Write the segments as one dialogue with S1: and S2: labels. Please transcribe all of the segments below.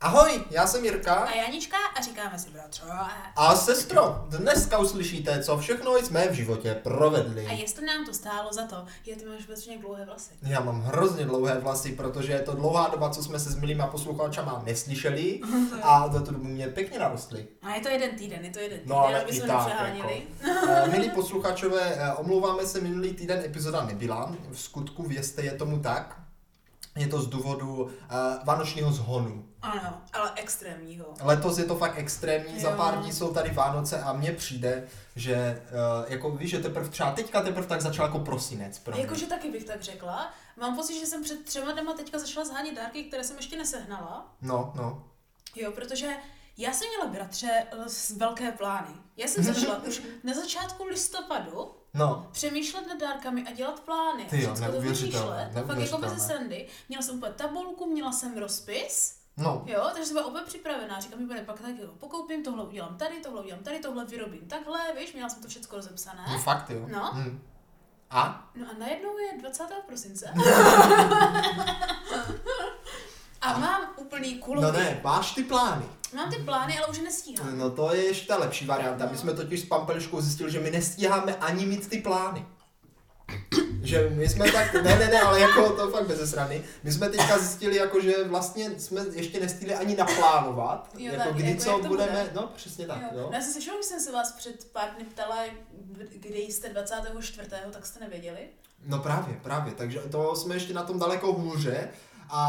S1: Ahoj, já jsem Jirka
S2: A Janička a říkáme si bratře.
S1: a sestro. Dneska uslyšíte, co všechno jsme v životě
S2: A
S1: provedli.
S2: jestli nám to stálo za to, je ty máš vůbec dlouhé vlasy.
S1: Já mám hrozně dlouhé vlasy, protože je to dlouhá doba, co jsme se s milýma posluchačama neslyšeli a za tu dobu mě pěkně narostly.
S2: A je to jeden týden, je to jeden týden,
S1: No ale
S2: aby
S1: i
S2: jsme
S1: tak, jako.
S2: nepřeháněli.
S1: Eh, Milí posluchačové, eh, omlouváme se, minulý týden epizoda nebyla. V skutku vězte, je tomu tak. Je to z důvodu eh, vánočního zhonu.
S2: Ano, ale extrémního.
S1: Letos je to fakt extrémní, za
S2: Jo.
S1: pár dní jsou tady Vánoce a mně přijde, že eh, jako víš, že teprve třeba teďka teprve tak začal jako prosinec. Pro mě.
S2: Jakože taky bych tak řekla. Mám pocit, že jsem před třema dama teďka začala zhánět dárky, které jsem ještě nesehnala.
S1: No, no.
S2: Jo, protože já jsem měla bratře s velké plány. Já jsem
S1: Mhm.
S2: začala už na začátku listopadu
S1: No,
S2: přemýšlet nad dárkami a dělat plány.
S1: Ty jo,
S2: Všechno to
S1: neuvěřitelné,
S2: vymýšlet. Fakt jako
S1: neuvěřitelné.
S2: mezi sendy. Měla jsem úplně tabulku, měla jsem rozpis.
S1: no.
S2: Jo, takže jsem byla úplně připravená. Říkám, mi bude pak tak, jo, pokoupím, tohle udělám tady, tohle udělám tady, tohle vyrobím takhle, víš, měla jsem to všechno
S1: No
S2: rozepsané.
S1: fakt jo.
S2: No.
S1: Hm. A?
S2: No a najednou je 20. prosince. A mám úplný kulový.
S1: No ne, máš ty plány.
S2: Mám ty plány, ale už je nestíhám.
S1: No to je ještě ta lepší varianta. My jsme totiž s Pampeliškou zjistili, že my nestíháme ani mít ty plány. Že my jsme tak, ne, ne, ne, ale jako to fakt bez srany. My jsme teďka zjistili, jako že vlastně jsme ještě nestihli ani naplánovat,
S2: Jo,
S1: jako
S2: tak,
S1: kdy
S2: jako
S1: co
S2: jak to
S1: budeme,
S2: bude.
S1: no přesně tak, jo.
S2: No já jsem slyšela, když jsem se vás před pár dny ptala, kde jste 24. tak jste nevěděli.
S1: No právě, právě, takže to jsme ještě na tom daleko hůře. A,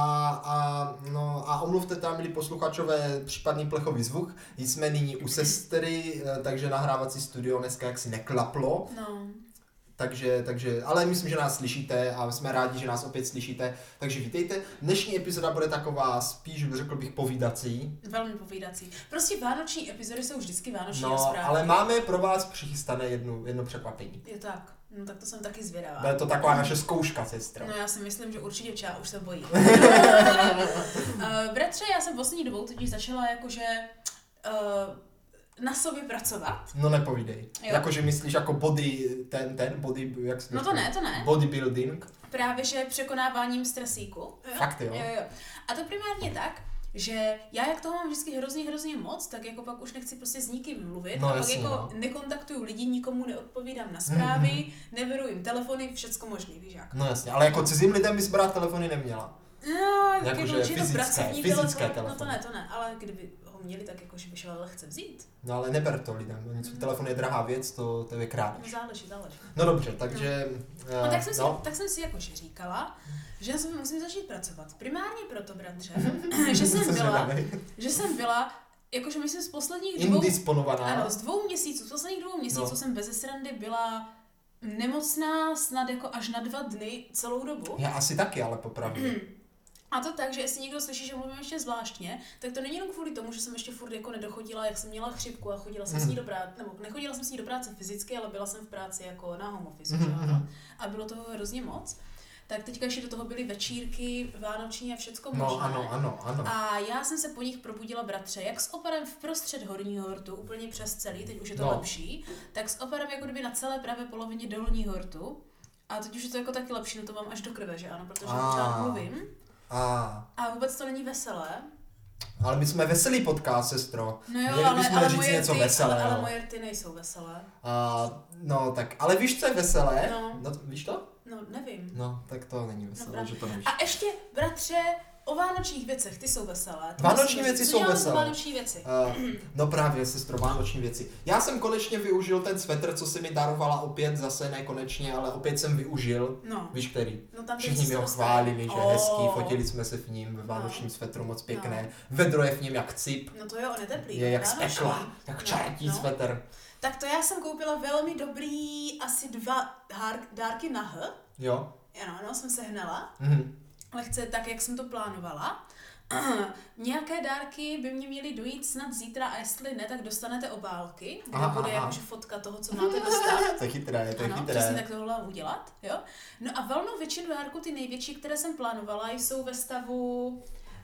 S1: a, no, a omluvte tam, milí posluchačové, případný plechový zvuk. Jsme nyní u sestry, eh, takže nahrávací studio dneska jaksi neklaplo.
S2: No,
S1: Takže, takže, ale myslím, že nás slyšíte a jsme rádi, že nás opět slyšíte. Takže vítejte. Dnešní epizoda bude taková spíš, řekl bych, povídací.
S2: velmi povídací. Prostě vánoční epizody jsou vždycky vánoční
S1: No,
S2: rozprávky.
S1: ale máme pro vás přichystané jednu, jedno překvapení.
S2: Je tak, no tak to jsem taky zvědavá.
S1: Bude to taková naše zkouška, sestra.
S2: No já si myslím, že určitě čá už se bojí. Eh, Bratře, já jsem poslední dobou totiž začala jakože eh, na sobě pracovat.
S1: No nepovídej.
S2: Jo.
S1: Jakože myslíš jako body, ten, ten, body, jak se to
S2: No to
S1: říká?
S2: ne, to ne.
S1: Bodybuilding.
S2: Právě, že překonáváním stresíku.
S1: Fakt jo.
S2: Jo, jo. A to primárně tak, že já jak toho mám vždycky hrozně, hrozně moc, tak jako pak už nechci prostě s nikým mluvit.
S1: No,
S2: a pak
S1: jasně,
S2: jako
S1: no. Mhm,
S2: nekontaktuju lidi, nikomu neodpovídám na zprávy, neberu jim telefony, všecko možný, víš jak.
S1: No jasně, ale jako cizím lidem bys brát telefony neměla.
S2: No,
S1: Jako,
S2: jako,
S1: že
S2: určitě to
S1: fyzické-
S2: pracovní
S1: fyzické
S2: telefon. No to
S1: telefony.
S2: ne, to ne, ale kdyby ho měli, tak jako, že by šel lehce vzít.
S1: No ale neber to lidem, oni mm. telefon je drahá věc, to tebe
S2: No
S1: krádeš.
S2: záleží, záleží.
S1: No dobře, takže...
S2: No,
S1: eh,
S2: tak, jsem si,
S1: no.
S2: tak jsem si jakože říkala, že já se musím začít pracovat. Primárně proto, bratře, že
S1: Jsem
S2: jsem byla,
S1: zvědavej.
S2: že jsem byla, jakože myslím z posledních dvou,
S1: Indisponovaná.
S2: ano, z dvou měsíců, z posledních dvou měsíců
S1: No.
S2: jsem bez srandy byla nemocná snad jako až na dva dny celou dobu.
S1: Já asi taky, ale popravdě.
S2: A to tak, že jestli někdo slyší, že mluvím ještě zvláštně, tak to není jenom kvůli tomu, že jsem ještě furt jako nedochodila, jak jsem měla chřipku a chodila jsem s
S1: Hmm.
S2: ní do práce, nebo nechodila jsem s ní do práce fyzicky, ale byla jsem v práci jako na home office.
S1: Hmm,
S2: že ano. A bylo toho hrozně moc. Tak teďka ještě do toho byly večírky, vánoční a všecko
S1: No
S2: možné.
S1: ano, ano, ano.
S2: A já jsem se po nich probudila, bratře, jak s operem v prostřed horního hortu, úplně přes celý, teď už je to
S1: No.
S2: no. lepší, tak s operem jako kdyby na celé pravé polovině dolního hortu. A teď už je to jako taky lepší, no to mám až do krve, že ano, protože
S1: A.
S2: pořád mluvím.
S1: A,
S2: A vůbec to není veselé.
S1: ale my jsme veselý podcast, sestro.
S2: No jo,
S1: Měli
S2: ale,
S1: bychom
S2: ale,
S1: říct
S2: moje
S1: něco
S2: ty,
S1: veselého.
S2: ale, ale moje ty nejsou veselé.
S1: A, no tak, ale víš, co je veselé?
S2: No.
S1: no t- víš to?
S2: No, nevím.
S1: No, tak to není veselé,
S2: Dobrá.
S1: že to nevíš.
S2: A ještě, bratře, o vánočních věcech, ty jsou veselé. Ty
S1: Vánoční
S2: musím
S1: věci
S2: říct. Co
S1: jsou
S2: děláme
S1: veselé.
S2: za vánoční věci.
S1: Uh, no právě, sestro, vánoční věci. Já jsem konečně využil ten svetr, co si mi darovala opět, zase ne konečně, ale opět jsem využil.
S2: No,
S1: Víš který?
S2: no tam
S1: Všichni mi ho chválili, že
S2: Oh.
S1: hezký, fotili jsme se v ním ve vánočním svetru, moc pěkné. Vedro je v něm jak cip,
S2: No to jo, on je teplý.
S1: je jak z
S2: vánoční.
S1: pekla, jak
S2: No,
S1: čertí
S2: no.
S1: svetr.
S2: Tak to já jsem koupila velmi dobrý, asi dva hár, dárky na H.
S1: Jo?
S2: Ano, ano, jsem sehnala.
S1: Mhm.
S2: Lehce tak, jak jsem to plánovala. Nějaké dárky by mě měly dojít snad zítra a jestli ne, tak dostanete obálky, kde
S1: Aha,
S2: bude
S1: aha.
S2: jakože fotka toho, co máte dostat.
S1: To je chytré, to je
S2: Ano, přesně
S1: chytré.
S2: tak to hodlám udělat, jo. No a velnou většinu dárků, ty největší, které jsem plánovala, jsou ve stavu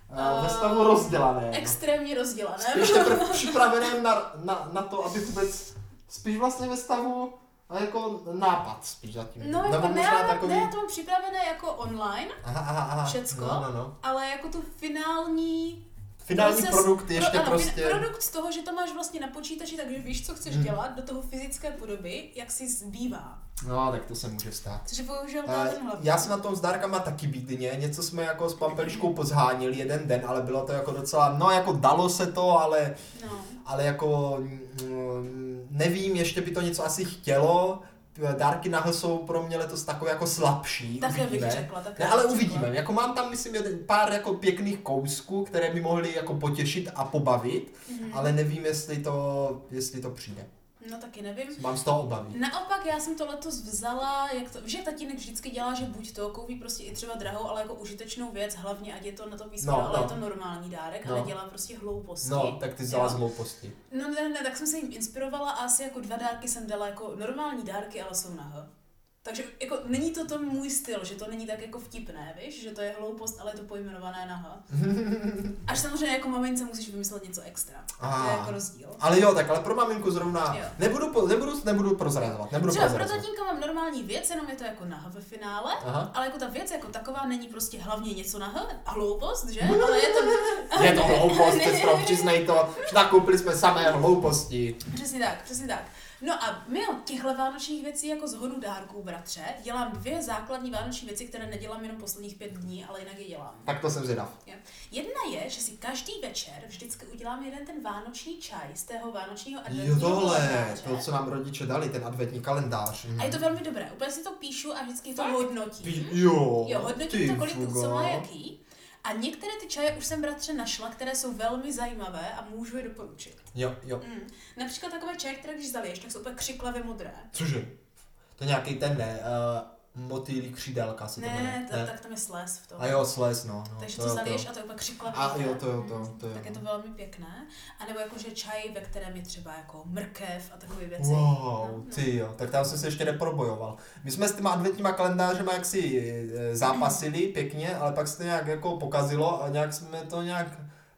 S2: eh,
S1: A Eh, Ve stavu rozdělané. no.
S2: extrémně rozdělaném.
S1: Spíš teprve připraveném na, na, na to, aby vůbec, spíš vlastně ve stavu, a jako nápad spíš zatím.
S2: No, jako
S1: Nebo
S2: ne,
S1: možná
S2: já-
S1: takový...
S2: ne, já to mám připravené jako online,
S1: Aha, aha, aha.
S2: všecko.
S1: No, no, no.
S2: ale jako tu finální
S1: Finální
S2: Proces-
S1: produkt ještě
S2: pro- ano,
S1: prostě...
S2: fin- Produkt z toho, že to máš vlastně na počítači, takže víš, co chceš
S1: Hmm.
S2: dělat do toho fyzické podoby, jak si zbývá.
S1: No, tak to se může stát.
S2: Což No, je bohužel
S1: A
S2: ten hlavní.
S1: Eh, já jsem na tom s dárkama taky bídně, něco jsme jako s pampeliškou pozhánili jeden den, ale bylo to jako docela, no jako dalo se to, ale,
S2: No.
S1: ale jako mm, nevím, ještě by to něco asi chtělo, dárky nahl jsou pro mě letos takové jako slabší,
S2: Také bych
S1: uvidíme.
S2: řekla, také
S1: ne, ale
S2: bych
S1: uvidíme,
S2: řekla.
S1: jako mám tam myslím jeden, pár jako pěkných kousků, které by mohly jako potěšit a pobavit,
S2: Mhm.
S1: ale nevím, jestli to, jestli to přijde.
S2: No taky nevím.
S1: Mám z toho obavy.
S2: Naopak já jsem to letos vzala, jak to, že tatínek vždycky dělá, že buď to koupí prostě i třeba drahou, ale jako užitečnou věc, hlavně ať je to na to výzva,
S1: No,
S2: no, ale
S1: no.
S2: je to normální dárek
S1: No.
S2: no. a nedělá prostě hlouposti.
S1: No, tak ty vzala
S2: Jo.
S1: z hlouposti.
S2: No ne, ne, tak jsem se jim inspirovala a asi jako dva dárky jsem dala jako normální dárky, ale jsou naho. Takže jako není to ten můj styl, že to není tak jako vtipné, víš, že to je hloupost, ale je to pojmenované naha. Až samozřejmě jako mamince musíš vymyslet něco extra. To
S1: Ah.
S2: je jako rozdíl.
S1: Ale jo, tak ale pro maminku zrovna
S2: Jo.
S1: nebudu, po, nebudu, nebudu prozrazovat, nebudu
S2: Třeba pro
S1: prozrazovat.
S2: tatínka mám normální věc, jenom je to jako naha ve finále,
S1: Aha.
S2: ale jako ta věc jako taková není prostě hlavně něco naha a hloupost, že? Ale je to
S1: Je to hloupost, sestro, přiznej to, že tak koupili jsme samé hlouposti.
S2: Přesně tak, přesně tak. No a my od těchto vánočních věcí jako zhodu dárků, bratře, dělám dvě základní vánoční věci, které nedělám jenom posledních pět dní, ale jinak je dělám.
S1: Tak to jsem zvědav.
S2: Jo. Jedna je, že si každý večer vždycky udělám jeden ten vánoční čaj z tého vánočního
S1: Jo,
S2: adventního
S1: tohle,
S2: kalendáře.
S1: to, co nám rodiče dali, ten adventní kalendář. Mhm.
S2: A je to velmi dobré, úplně si to píšu a vždycky to hodnotím.
S1: Ty- Jo,
S2: Jo, hodnotím
S1: ty
S2: to, kolik
S1: fugo.
S2: co má jaký. A některé ty čaje už jsem bratře našla, které jsou velmi zajímavé a můžu je doporučit.
S1: Jo, jo.
S2: Mm. Například takové čaje, které když zaliješ, tak jsou úplně křiklavě modré.
S1: Cože? To nějaký ten ne, uh, motýlí křídelka se to
S2: Ne,
S1: jmenuje.
S2: to, tak tam je sles v tom.
S1: A jo, slez, no. no
S2: Takže
S1: to
S2: to
S1: jo,
S2: zaliješ
S1: to.
S2: a to je úplně křiklavý.
S1: A jo, to jo, to jo,
S2: Mm,
S1: to jo.
S2: Tak je to velmi pěkné. A nebo jakože čaj, ve kterém je třeba jako mrkev a takové věci. no.
S1: Wow, ty jo, tak tam jsem se ještě neprobojoval. My jsme s těma adventníma kalendářema jaksi eh, zápasili pěkně, ale pak se to nějak jako pokazilo a nějak jsme to nějak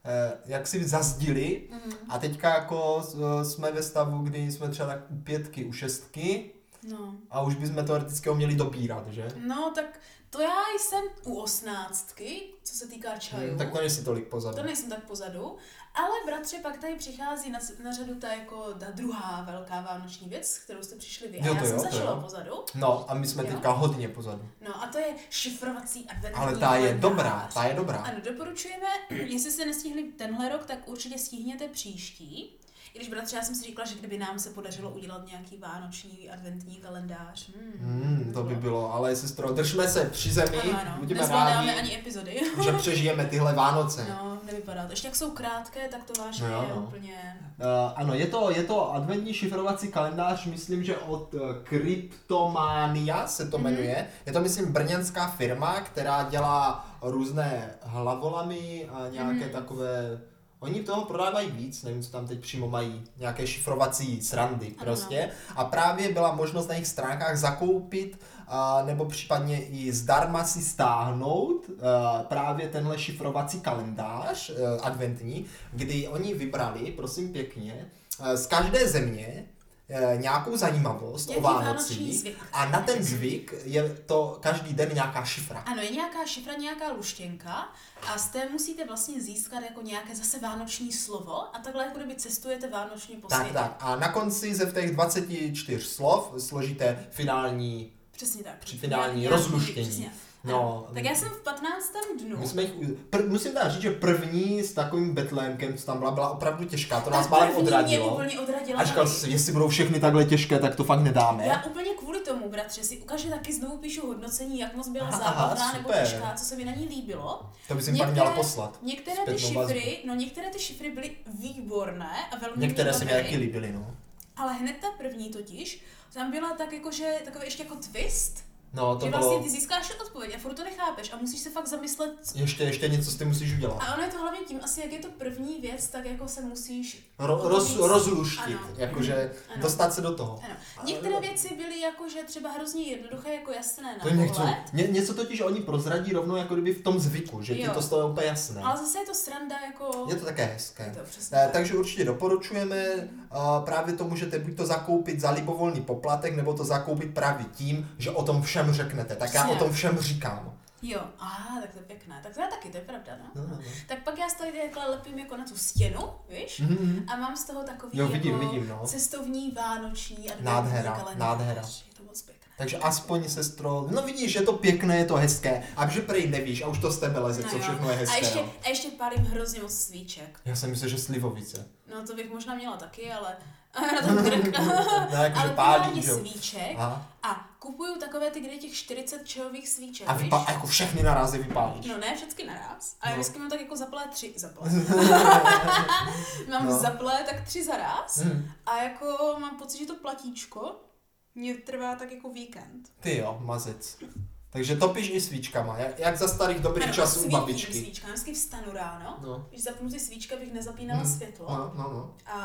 S1: eh, jaksi zazdili
S2: Mm,
S1: a teďka jako eh, jsme ve stavu, kdy jsme třeba tak u pětky, u šestky
S2: no.
S1: a už bychom teoreticky ho měli dobírat, že?
S2: no, tak to já jsem u osmnáctky, co se týká čajů.
S1: Hm, tak to nejsi tolik
S2: To
S1: pozadu.
S2: nejsem tak pozadu, ale bratře, pak tady přichází na, na řadu ta jako ta druhá velká vánoční věc, s kterou jste přišli vy. A
S1: Jo,
S2: já
S1: to
S2: jsem
S1: jo, to
S2: začala
S1: jo.
S2: pozadu.
S1: No a my jsme
S2: Jo.
S1: teďka hodně pozadu.
S2: No a to je šifrovací adventní
S1: Ale ta je
S2: kalendář.
S1: dobrá, ta je dobrá.
S2: Ano, doporučujeme, jestli jste nestihli tenhle rok, tak určitě stihněte příští. I když bratře, já jsem si říkala, že kdyby nám se podařilo udělat nějaký vánoční adventní kalendář. Hmm,
S1: Hmm, to by bylo, ale sestro, držme se při zemi,
S2: Ano, ano,
S1: budeme rádi,
S2: nezvládáme ani epizody.
S1: že přežijeme tyhle Vánoce.
S2: No, nevypadá to. Ještě jak jsou krátké, tak to vážně
S1: No,
S2: no, je
S1: no.
S2: úplně...
S1: Uh, ano, je to, je to adventní šifrovací kalendář, myslím, že od uh, Cryptomania se
S2: Mhm.
S1: to jmenuje. Je to, myslím, brněnská firma, která dělá různé hlavolamy a nějaké
S2: Mhm.
S1: takové... Oni toho prodávají víc, nevím, co tam teď přímo mají, nějaké šifrovací srandy
S2: Ano. no.
S1: prostě. A právě byla možnost na jejich stránkách zakoupit a, nebo případně i zdarma si stáhnout eh, právě tenhle šifrovací kalendář eh, adventní, kdy oni vybrali, prosím pěkně, eh, z každé země eh, nějakou zajímavost o
S2: Nějaký vánoční
S1: Vánocích
S2: zvyk.
S1: a na ten zvyk je to každý den nějaká šifra.
S2: Ano, je nějaká šifra, nějaká luštěnka a z té musíte vlastně získat jako nějaké zase vánoční slovo a takhle jako kdyby cestujete vánočně po
S1: Tak,
S2: světě.
S1: tak. A na konci ze v těch 24 slov složíte finální,
S2: Přesně tak.
S1: Při finální
S2: Nějaký-
S1: rozluštění.
S2: přesně.
S1: No.
S2: tak já jsem v 15. dnu.
S1: My jsme jich, u- pr- musím teda říct, že první s takovým betlémkem, co tam byla, byla opravdu těžká, to nás
S2: Ta
S1: málem
S2: první Mě
S1: odradilo.
S2: úplně odradila.
S1: A říkal
S2: taky.
S1: jsi, jestli budou všechny takhle těžké, tak to fakt nedáme.
S2: Já úplně kvůli tomu, bratře, si ukáže taky znovu píšu hodnocení, jak moc byla
S1: Aha,
S2: zábavná nebo
S1: super.
S2: těžká, co se mi na ní líbilo.
S1: To bys jim pak měla poslat.
S2: Některé ty
S1: Zpětnou vazbu.
S2: šifry, no některé ty šifry byly výborné a velmi
S1: Některé
S2: mě
S1: se mi
S2: bavily.
S1: taky líbily, no.
S2: Ale hned ta první totiž, tam byla tak jakože, takový ještě jako twist,
S1: No, to
S2: že vlastně
S1: bylo,
S2: ty získáš odpověď a furt to nechápeš a musíš se fakt zamyslet.
S1: ještě, ještě něco s tím musíš udělat.
S2: A ono je to hlavně tím, asi jak je to první věc, tak jako se musíš...
S1: Ro, roz,
S2: víc-
S1: rozluštit,
S2: Ano.
S1: jakože
S2: Ano.
S1: dostat se do toho.
S2: Ano.
S1: A-
S2: Některé věci byly jakože třeba hrozně jednoduché, jako jasné na
S1: To jim nechcou.
S2: pohled,
S1: Ně, něco totiž oni prozradí rovnou jako kdyby v tom zvyku, že ti
S2: Jo.
S1: to stalo úplně jasné.
S2: ale zase je to sranda jako...
S1: no. Je to také hezké.
S2: Je to přesně.
S1: Eh, Takže určitě doporučujeme, eh, právě to můžete buď to zakoupit za libovolný poplatek, nebo to zakoupit právě tím, že o tom všem řeknete. Tak já
S2: Přesně.
S1: o tom všem říkám.
S2: Jo, aha, tak to je pěkné. Tak to já taky, to je pravda, no.
S1: No, no, no.
S2: Tak pak já z tady takhle lepím jako na tu stěnu, víš?
S1: Mhm.
S2: A mám z toho takový
S1: Jo, vidím,
S2: jako
S1: vidím, no.
S2: cestovní, vánoční a jako
S1: Nádhera,
S2: kalendář.
S1: nádhera.
S2: Je to moc pěkné.
S1: Takže aspoň sestro, no vidíš, je to pěkné, je to hezké, a že prej nevíš, a už to z tebe leze, co
S2: No jo.
S1: všechno je
S2: a
S1: hezké.
S2: ještě,
S1: no.
S2: a ještě pálím hrozně moc svíček.
S1: Já jsem myslel, že slivovice.
S2: No to bych možná měla taky, ale... na ten krk.
S1: No, jakože
S2: ale
S1: pálí,
S2: pálí
S1: že jo.
S2: svíček
S1: A,
S2: a kupuju takové ty, kde je těch 40 čehových svíček,
S1: a
S2: víš?
S1: vypa- jako všechny narázy vypálíš.
S2: No ne všechny naraz, ale
S1: No.
S2: no. vždycky mám tak jako zaplé tři, zaplé. mám
S1: No.
S2: no. zaplé tak tři za raz
S1: Hm,
S2: a jako mám pocit, že to platíčko mě trvá tak jako víkend.
S1: Ty jo, mazec. Takže topíš i svíčkama, jak, jak za starých dobrých
S2: Ano,
S1: časů u
S2: svítím
S1: babičky.
S2: Svíčka, já vždycky vstanu ráno,
S1: No,
S2: když zapnu ty svíčky, abych nezapínala
S1: Mm.
S2: světlo
S1: no, no. no.
S2: a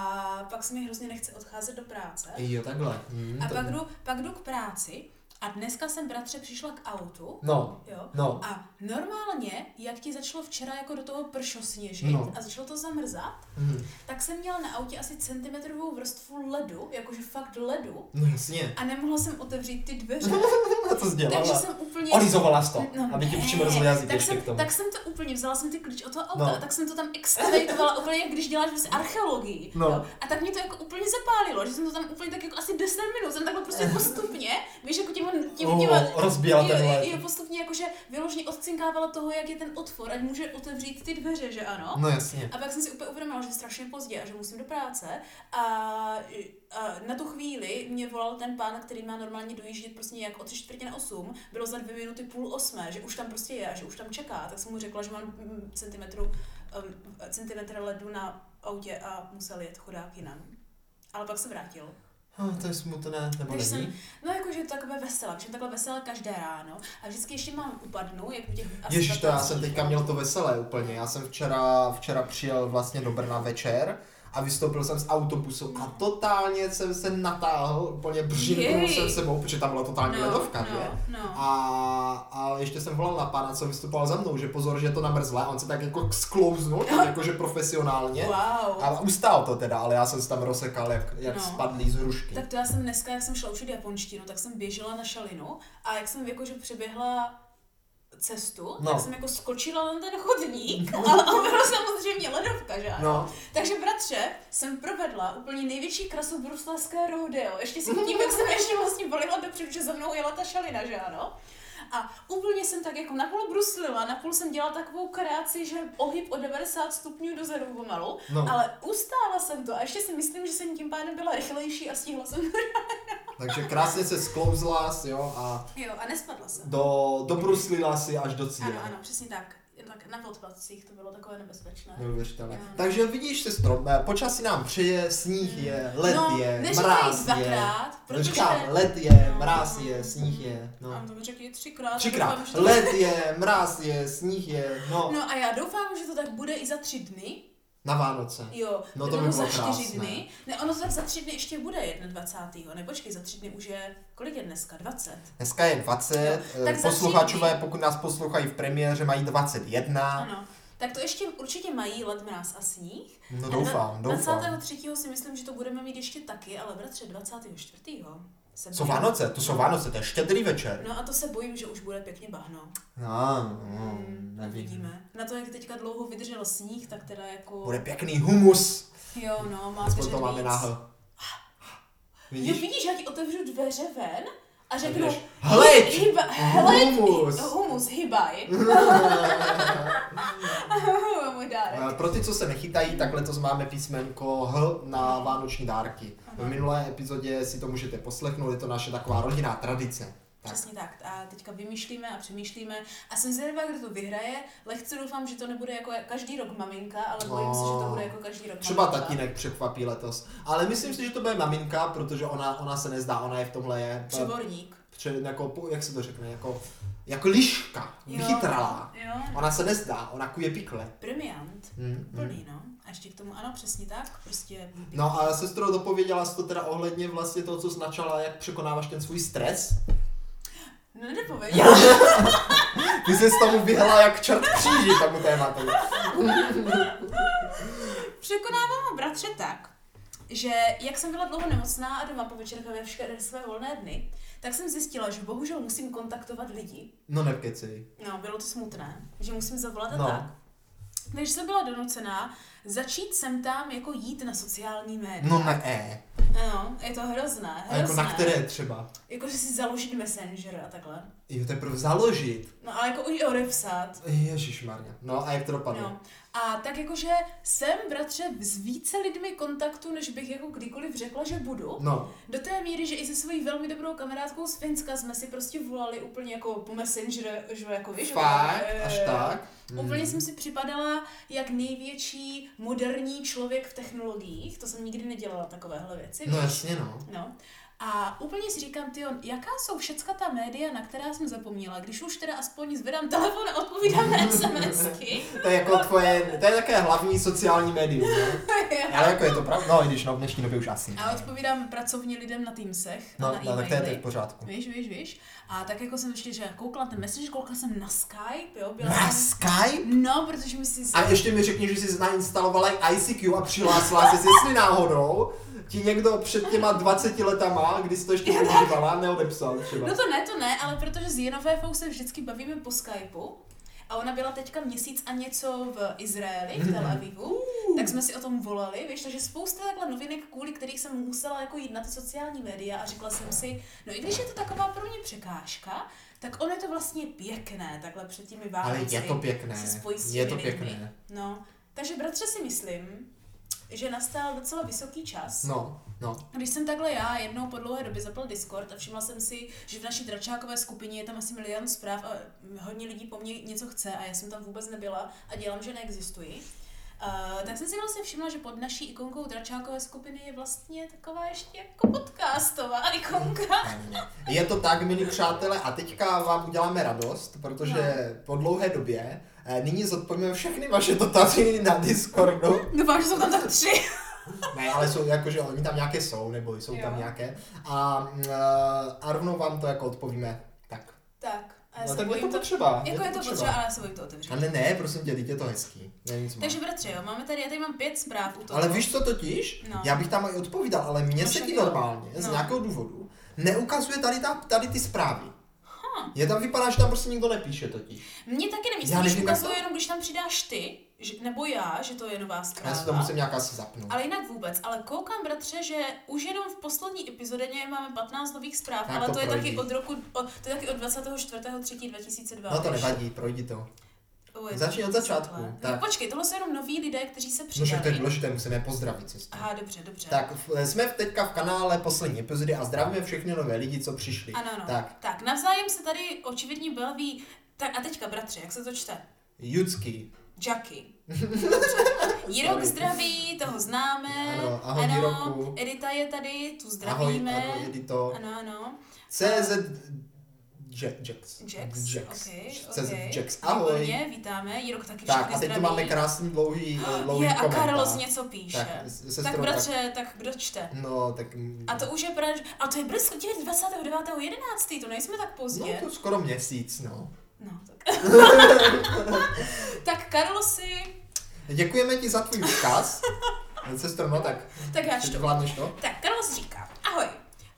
S2: pak se mi hrozně nechce odcházet do práce.
S1: Jo, takhle. Hm,
S2: A
S1: to-
S2: pak jdu, pak jdu k práci a dneska jsem bratře přišla k autu,
S1: No,
S2: jo,
S1: no.
S2: a normálně, jak ti začalo včera jako do toho pršo sněžit
S1: No.
S2: no. a začalo to zamrzat,
S1: Hm.
S2: tak jsem měla na autě asi centimetrovou vrstvu ledu, jakože fakt ledu,
S1: No jasně.
S2: a nemohla jsem otevřít ty dveře,
S1: A co jsi dělala?
S2: takže jsem úplně...
S1: Olizovala jsi to,
S2: No
S1: aby ti
S2: ne,
S1: přímo rozuměla jazyk
S2: tak,
S1: ještě
S2: jsem,
S1: k tomu.
S2: tak jsem to úplně, vzala jsem ty klíč od toho auta
S1: No.
S2: a tak jsem to tam extraitovala úplně, jak když děláš vlastně archeologii.
S1: No.
S2: jo. A tak mě to jako úplně zapálilo, že jsem to tam úplně tak jako asi 10 minut, jsem takhle prostě postupně, víš, jako těma, těma,
S1: O,
S2: těma
S1: Oh, rozbíjela
S2: jo,
S1: ten
S2: jo,
S1: led.
S2: jo, postupně jakože vyloženě odcinkávala toho, jak je ten otvor, ať může otevřít ty dveře, že ano.
S1: No jasně.
S2: A pak jsem si úplně uvědomila, že je strašně pozdě a že musím do práce. A, a na tu chvíli mě volal ten pán, který má normálně dojíždět prostě nějak o tři čtvrtě na osm. Bylo za dvě minuty půl osmé, že už tam prostě je, a že už tam čeká. Tak jsem mu řekla, že mám mm, centimetru, um, centimetr ledu na autě a musel jet chudák jinam. Ale pak se vrátil.
S1: Ah, to je smutné, nebo
S2: Takže
S1: není?
S2: jsem, no jakože to takové veselé, protože jsem takhle veselé každé ráno a vždycky ještě mám upadnu, jak u těch asi
S1: Ježíš, to já jsem
S2: 15.
S1: teďka měl to veselé úplně. Já jsem včera, včera přijel vlastně do Brna večer a vystoupil jsem z autobusu a totálně jsem se natáhl, úplně břinku
S2: Jej.
S1: jsem sebou, protože tam byla totální
S2: no,
S1: ledovka, že?
S2: no, no.
S1: A, a ještě jsem volal na pana, co vystupoval za mnou, že pozor, že je to namrzlé, a on se tak jako sklouznul, tak jakože profesionálně.
S2: Wow.
S1: A ustál to teda, ale já jsem se tam rozsekal, jak, jak
S2: No.
S1: spadlý z hrušky.
S2: Tak to já jsem dneska, jak jsem šla učit japonštinu, tak jsem běžela na šalinu a jak jsem jakože přeběhla cestu,
S1: No.
S2: no. tak jsem jako skočila na ten chodník, ale on byl samozřejmě ledovka, že ano.
S1: No,
S2: Takže bratře, jsem provedla úplně největší krasu bruslaské rodeo, ještě si tím, jak jsem ještě vlastně volila dopředu, že za mnou jela ta šalina, že ano. A úplně jsem tak jako napůl bruslila, napůl jsem dělala takovou kreaci, že ohyb o 90 stupňů dozadu pomalu,
S1: no.
S2: ale ustála jsem to a ještě si myslím, že jsem tím pádem byla rychlejší a stihla jsem
S1: takže krásně se sklouzla, jo, a
S2: Jo, a nespadla jsem.
S1: do, dobruslila si až do cíle.
S2: Ano, ano, přesně no. tak. Jen Tak na podplatcích to bylo takové nebezpečné.
S1: Neuvěřitelné.
S2: Ano.
S1: Takže vidíš, sestro, eh, počasí nám přeje, sníh je, led
S2: no,
S1: je,
S2: neříkej
S1: mráz je.
S2: dvakrát,
S1: No,
S2: protože...
S1: Říkám, led je,
S2: No.
S1: mráz je, sníh je.
S2: No.
S1: No.
S2: Ano, to mi řekli třikrát. doufám,
S1: Třikrát.
S2: že to-
S1: Led je, mráz je, sníh je. No,
S2: No a já doufám, že to tak bude i za tři dny.
S1: na Vánoce.
S2: Jo,
S1: No to by
S2: nebo
S1: bylo
S2: za čtyři
S1: krásné.
S2: dny. Ne, ono to tak za tři dny ještě bude 21. Ne, počkej, za tři dny už je, kolik je dneska? 20.
S1: Dneska je 20,
S2: No, tak
S1: eh,
S2: za
S1: posluchačové,
S2: týden.
S1: pokud nás poslouchají v premiéře, mají 21.
S2: Ano. Tak to ještě určitě mají led, mráz a sníh.
S1: No
S2: A
S1: doufám,
S2: dva-
S1: doufám.
S2: 23. si myslím, že to budeme mít ještě taky, ale bratře 24. se
S1: Jsou
S2: bojím.
S1: Vánoce, to jsou Vánoce, to je štědrý večer.
S2: No a to se bojím, že už bude pěkně bahno.
S1: No, no
S2: Hmm,
S1: nevím.
S2: Uvidíme. Na to, jak teďka dlouho vydržel sníh, tak teda jako...
S1: Bude pěkný humus,
S2: Jo, no, má
S1: aspoň
S2: dveře
S1: to máme
S2: víc.
S1: náhl.
S2: Jo,
S1: Vidíš?
S2: vidíš, já ti otevřu dveře ven a řeknu... no,
S1: budeš, "Hleď!
S2: Hyba, hleď!
S1: Humus!"
S2: Humus, hybaj! Můj dárek.
S1: Eh, Pro ty, co se nechytají, tak letos máme písmenko H na vánoční dárky. V
S2: Aha.
S1: minulé epizodě si to můžete poslechnout, je to naše taková rodinná tradice. Tak.
S2: Přesně tak. A teďka vymýšlíme a přemýšlíme. A jsem zvědavá, kdo to vyhraje. Lehce doufám, že to nebude jako každý rok maminka, ale bojím se, že to bude jako každý rok
S1: No. Třeba
S2: maminka.
S1: tatínek překvapí letos. Ale myslím si, že to bude maminka, protože ona, ona se nezdá, ona je v tomhle je eh,
S2: Přeborník.
S1: pře, jako, po- jak se to řekne, jako, jako liška,
S2: Jo.
S1: vychytralá.
S2: Jo.
S1: Ona se nezdá, ona kuje pikle.
S2: Premiant.
S1: Hm, hm.
S2: Plný, no. A ještě k tomu, ano, přesně tak. Prostě
S1: No a sestro, dopověděla jsi to teda ohledně vlastně toho, co značala, jak překonáváš ten svůj stres?
S2: No nedopověď.
S1: Ty jsi s tomu vyhla jak čert kříži tomu tématu.
S2: Překonávám ho bratře tak, že jak jsem byla dlouho nemocná a doma po večerech a ve všechny své volné dny, tak jsem zjistila, že bohužel musím kontaktovat lidi.
S1: No nekecej.
S2: No, bylo to smutné, že musím zavolat a
S1: No.
S2: tak. Takže jsem byla donucená začít sem tam jako jít na sociální média.
S1: No na E.
S2: Ano, je to hrozné,
S1: A
S2: hrozné.
S1: jako na které třeba?
S2: Jako, že si založit Messenger a takhle.
S1: Jo, teprve založit.
S2: No ale jako i odepsat.
S1: Ježišmarja. No a jak to dopadlo?
S2: No. A tak jakože jsem, bratře, s více lidmi kontaktu, než bych jako kdykoliv řekla, že budu.
S1: No,
S2: Do té míry, že i se svojí velmi dobrou kamarádkou z Finska jsme si prostě volali úplně jako po Messenger, že jako víš.
S1: fakt,
S2: eh,
S1: až tak. Hm.
S2: Úplně jsem si připadala jak největší moderní člověk v technologiích, to jsem nikdy nedělala takovéhle věci.
S1: No
S2: víš.
S1: jasně no.
S2: No. A úplně si říkám, ty, jaká jsou všecka ta média, na která jsem zapomněla, když už teda aspoň zvedám telefon a odpovídám na SMSky.
S1: To je jako tvoje, to je také hlavní sociální médium, ne? Ale jako je to pravda, no i když no v dnešní době už asi. ne.
S2: a odpovídám pracovně lidem na Teamsech a
S1: No,
S2: na
S1: no tak to je teď
S2: e-maily.
S1: v pořádku.
S2: Víš, víš, víš. A tak jako jsem ještě, že koukala na ten message, koukala jsem na Skype, jo, byla
S1: Na
S2: jsem...
S1: Skype?
S2: No, protože mi si...
S1: A ještě mi řekni, že jsi nainstalovala i ICQ a přihlásila jsi, se, jestli náhodou ti někdo před těma 20 letama, kdy jsi to ještě používala, neodepsal třeba.
S2: No to ne, to ne, ale protože s Jenoféfou se vždycky bavíme po Skypeu a ona byla teďka měsíc a něco v Izraeli, v Tel Avivu,
S1: Mm-hmm.
S2: tak jsme si o tom volali, víš, takže spousta takhle novinek, kvůli kterých jsem musela jako jít na ty sociální média a řekla jsem si, no i když je to taková pro mě překážka, tak ono je to vlastně pěkné, takhle před těmi Vánoci.
S1: Ale je to
S2: se
S1: pěkné,
S2: spojí s
S1: je
S2: těmi
S1: to
S2: lidmi.
S1: pěkné.
S2: No, takže bratře si myslím, že nastal docela vysoký čas.
S1: No, no.
S2: Když jsem takhle já jednou po dlouhé době zapl Discord a všimla jsem si, že v naší dračákové skupině je tam asi milion zpráv a hodně lidí po mně něco chce a já jsem tam vůbec nebyla a dělám, že neexistuji. Uh, tak jsem si vlastně všimla, že pod naší ikonkou dračákové skupiny je vlastně taková ještě jako podcastová ikonka.
S1: Je to tak, milí přátelé, a teďka vám uděláme radost, protože
S2: No.
S1: po dlouhé době eh, nyní zodpovíme všechny vaše dotazy na Discordu.
S2: Doufám, že jsou tam tak tři.
S1: Ne, ale jsou jako, že oni tam nějaké jsou, nebo jsou tam
S2: Jo.
S1: nějaké. A, mm, a rovnou vám to jako odpovíme. Tak.
S2: Tak, a já
S1: No
S2: se
S1: tak je to
S2: bojím to,
S1: potřeba.
S2: jako je to potřeba, ale já se bojím to otevřít.
S1: Ale ne, prosím tě, teď je to hezký. Ne, nic
S2: Takže
S1: Takže,
S2: bratře, jo, máme tady, já tady mám pět zpráv u toho.
S1: ale víš co totiž?
S2: No.
S1: Já bych tam i odpovídal, ale mně
S2: No
S1: se
S2: však
S1: ti
S2: jo.
S1: normálně z
S2: No.
S1: nějakého důvodu neukazuje tady, ta, tady ty zprávy. Je tam vypadá, že tam prostě nikdo nepíše totiž.
S2: Mně taky nevím,
S1: Já
S2: já když
S1: nevím, jak
S2: ukazuje
S1: to-
S2: jenom, když tam přidáš ty, že, nebo já, že to je nová zpráva.
S1: Já si to musím nějak asi zapnout.
S2: Ale jinak vůbec, ale koukám, bratře, že už jenom v poslední epizodě něj máme 15 nových zpráv,
S1: Tak
S2: ale
S1: to
S2: to, je
S1: projdi.
S2: taky od roku, o, to je taky od 24.3.2002.
S1: No to nevadí, projdi to. Začni od začátku, tak.
S2: Tak. No, Počkej, tohle jsou jenom noví lidé, kteří se
S1: No však to je
S2: přidali.
S1: důležité, musíme pozdravit cestu.
S2: Aha, dobře, dobře.
S1: Tak v- jsme v- teďka v kanále poslední epizody a zdravíme všechny nové lidi, co přišli.
S2: Ano, ano.
S1: Tak,
S2: Tak. tak, navzájem se tady očividně baví, tak a teďka, bratře, jak se to čte?
S1: Judský.
S2: Jacky. Jirok
S1: Sorry.
S2: zdraví, toho známe.
S1: Ano, ahoj, Jiroku.
S2: Edita je tady, tu
S1: Ahoj,
S2: zdravíme.
S1: ahoj, Edito.
S2: ano, ano.
S1: CZ... Jack- Jax.
S2: Jax,
S1: Jax.
S2: okay,
S1: CZ
S2: okay.
S1: Jax. Ahoj.
S2: Výborně, vítáme, Jirok taky
S1: Tak
S2: všechny
S1: a teď tu
S2: zdraví.
S1: máme krásný dlouhý, eh, dlouhý
S2: Je, a
S1: komentář.
S2: Carlos něco píše.
S1: Tak, s- sestrou,
S2: Tak, tak bratře, tak kdo čte?
S1: No, tak... mm,
S2: A to už je pravda, a to je brzko, dívej, 29.11., to nejsme tak
S1: No,
S2: pozdě.
S1: to skoro měsíc, no.
S2: No, tak. tak Carlosi,
S1: Děkujeme ti za tvůj vzkaz. Sestro, no tak,
S2: tak já
S1: teď
S2: čtu.
S1: vládneš no. to?
S2: Tak Carlos říká, ahoj,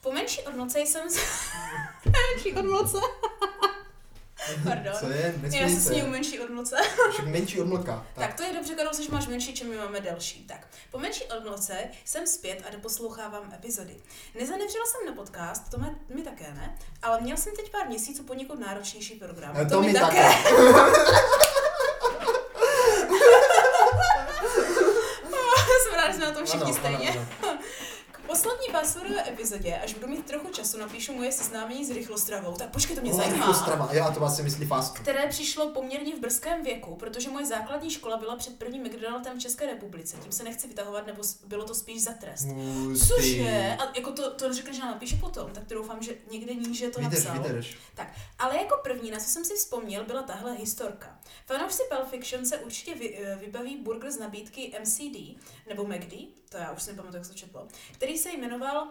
S2: po menší odnoce jsem se... menší odnoce? Pardon.
S1: Co je?
S2: Já se
S1: Nesmíj
S2: sním
S1: se.
S2: menší odnoce.
S1: Však menší odmlka.
S2: Tak to je dobře, Karol, že máš menší, čím my máme delší. Tak, po menší odmlce jsem zpět a doposlouchávám epizody. Nezanevřela jsem na podcast, to mi, mi také ne, ale měl jsem teď pár měsíců poněkud náročnější program.
S1: Eh, To mi také.
S2: jsem ráda, že jsme na tom všichni
S1: Ano, ano,
S2: stejně.
S1: ano.
S2: K poslední Báslerové epizodě, až budu mít trochu času, napíšu moje seznámení s rychlostravou. Tak počkej, to mě
S1: No,
S2: zajímá.
S1: jako strava. Já to vlastně myslí fast food.
S2: které přišlo poměrně v brzkém věku, protože moje základní škola byla před prvním McDonaldem v České republice. Tím se nechci vytahovat, nebo s- bylo to spíš za trest.
S1: Hustý.
S2: Cože? A jako to, to řekne, že nám napíše potom, tak to doufám, že někde níže to
S1: Vydrž,
S2: napsal.
S1: vydrž.
S2: Tak, ale jako první, na co jsem si vzpomněl, byla tahle historka. Fanoušci Pulp Fiction se určitě vy, eh, vybaví burger z nabídky MCD, nebo McD, to já už si nepamatuju, jak se to četlo, který se jmenoval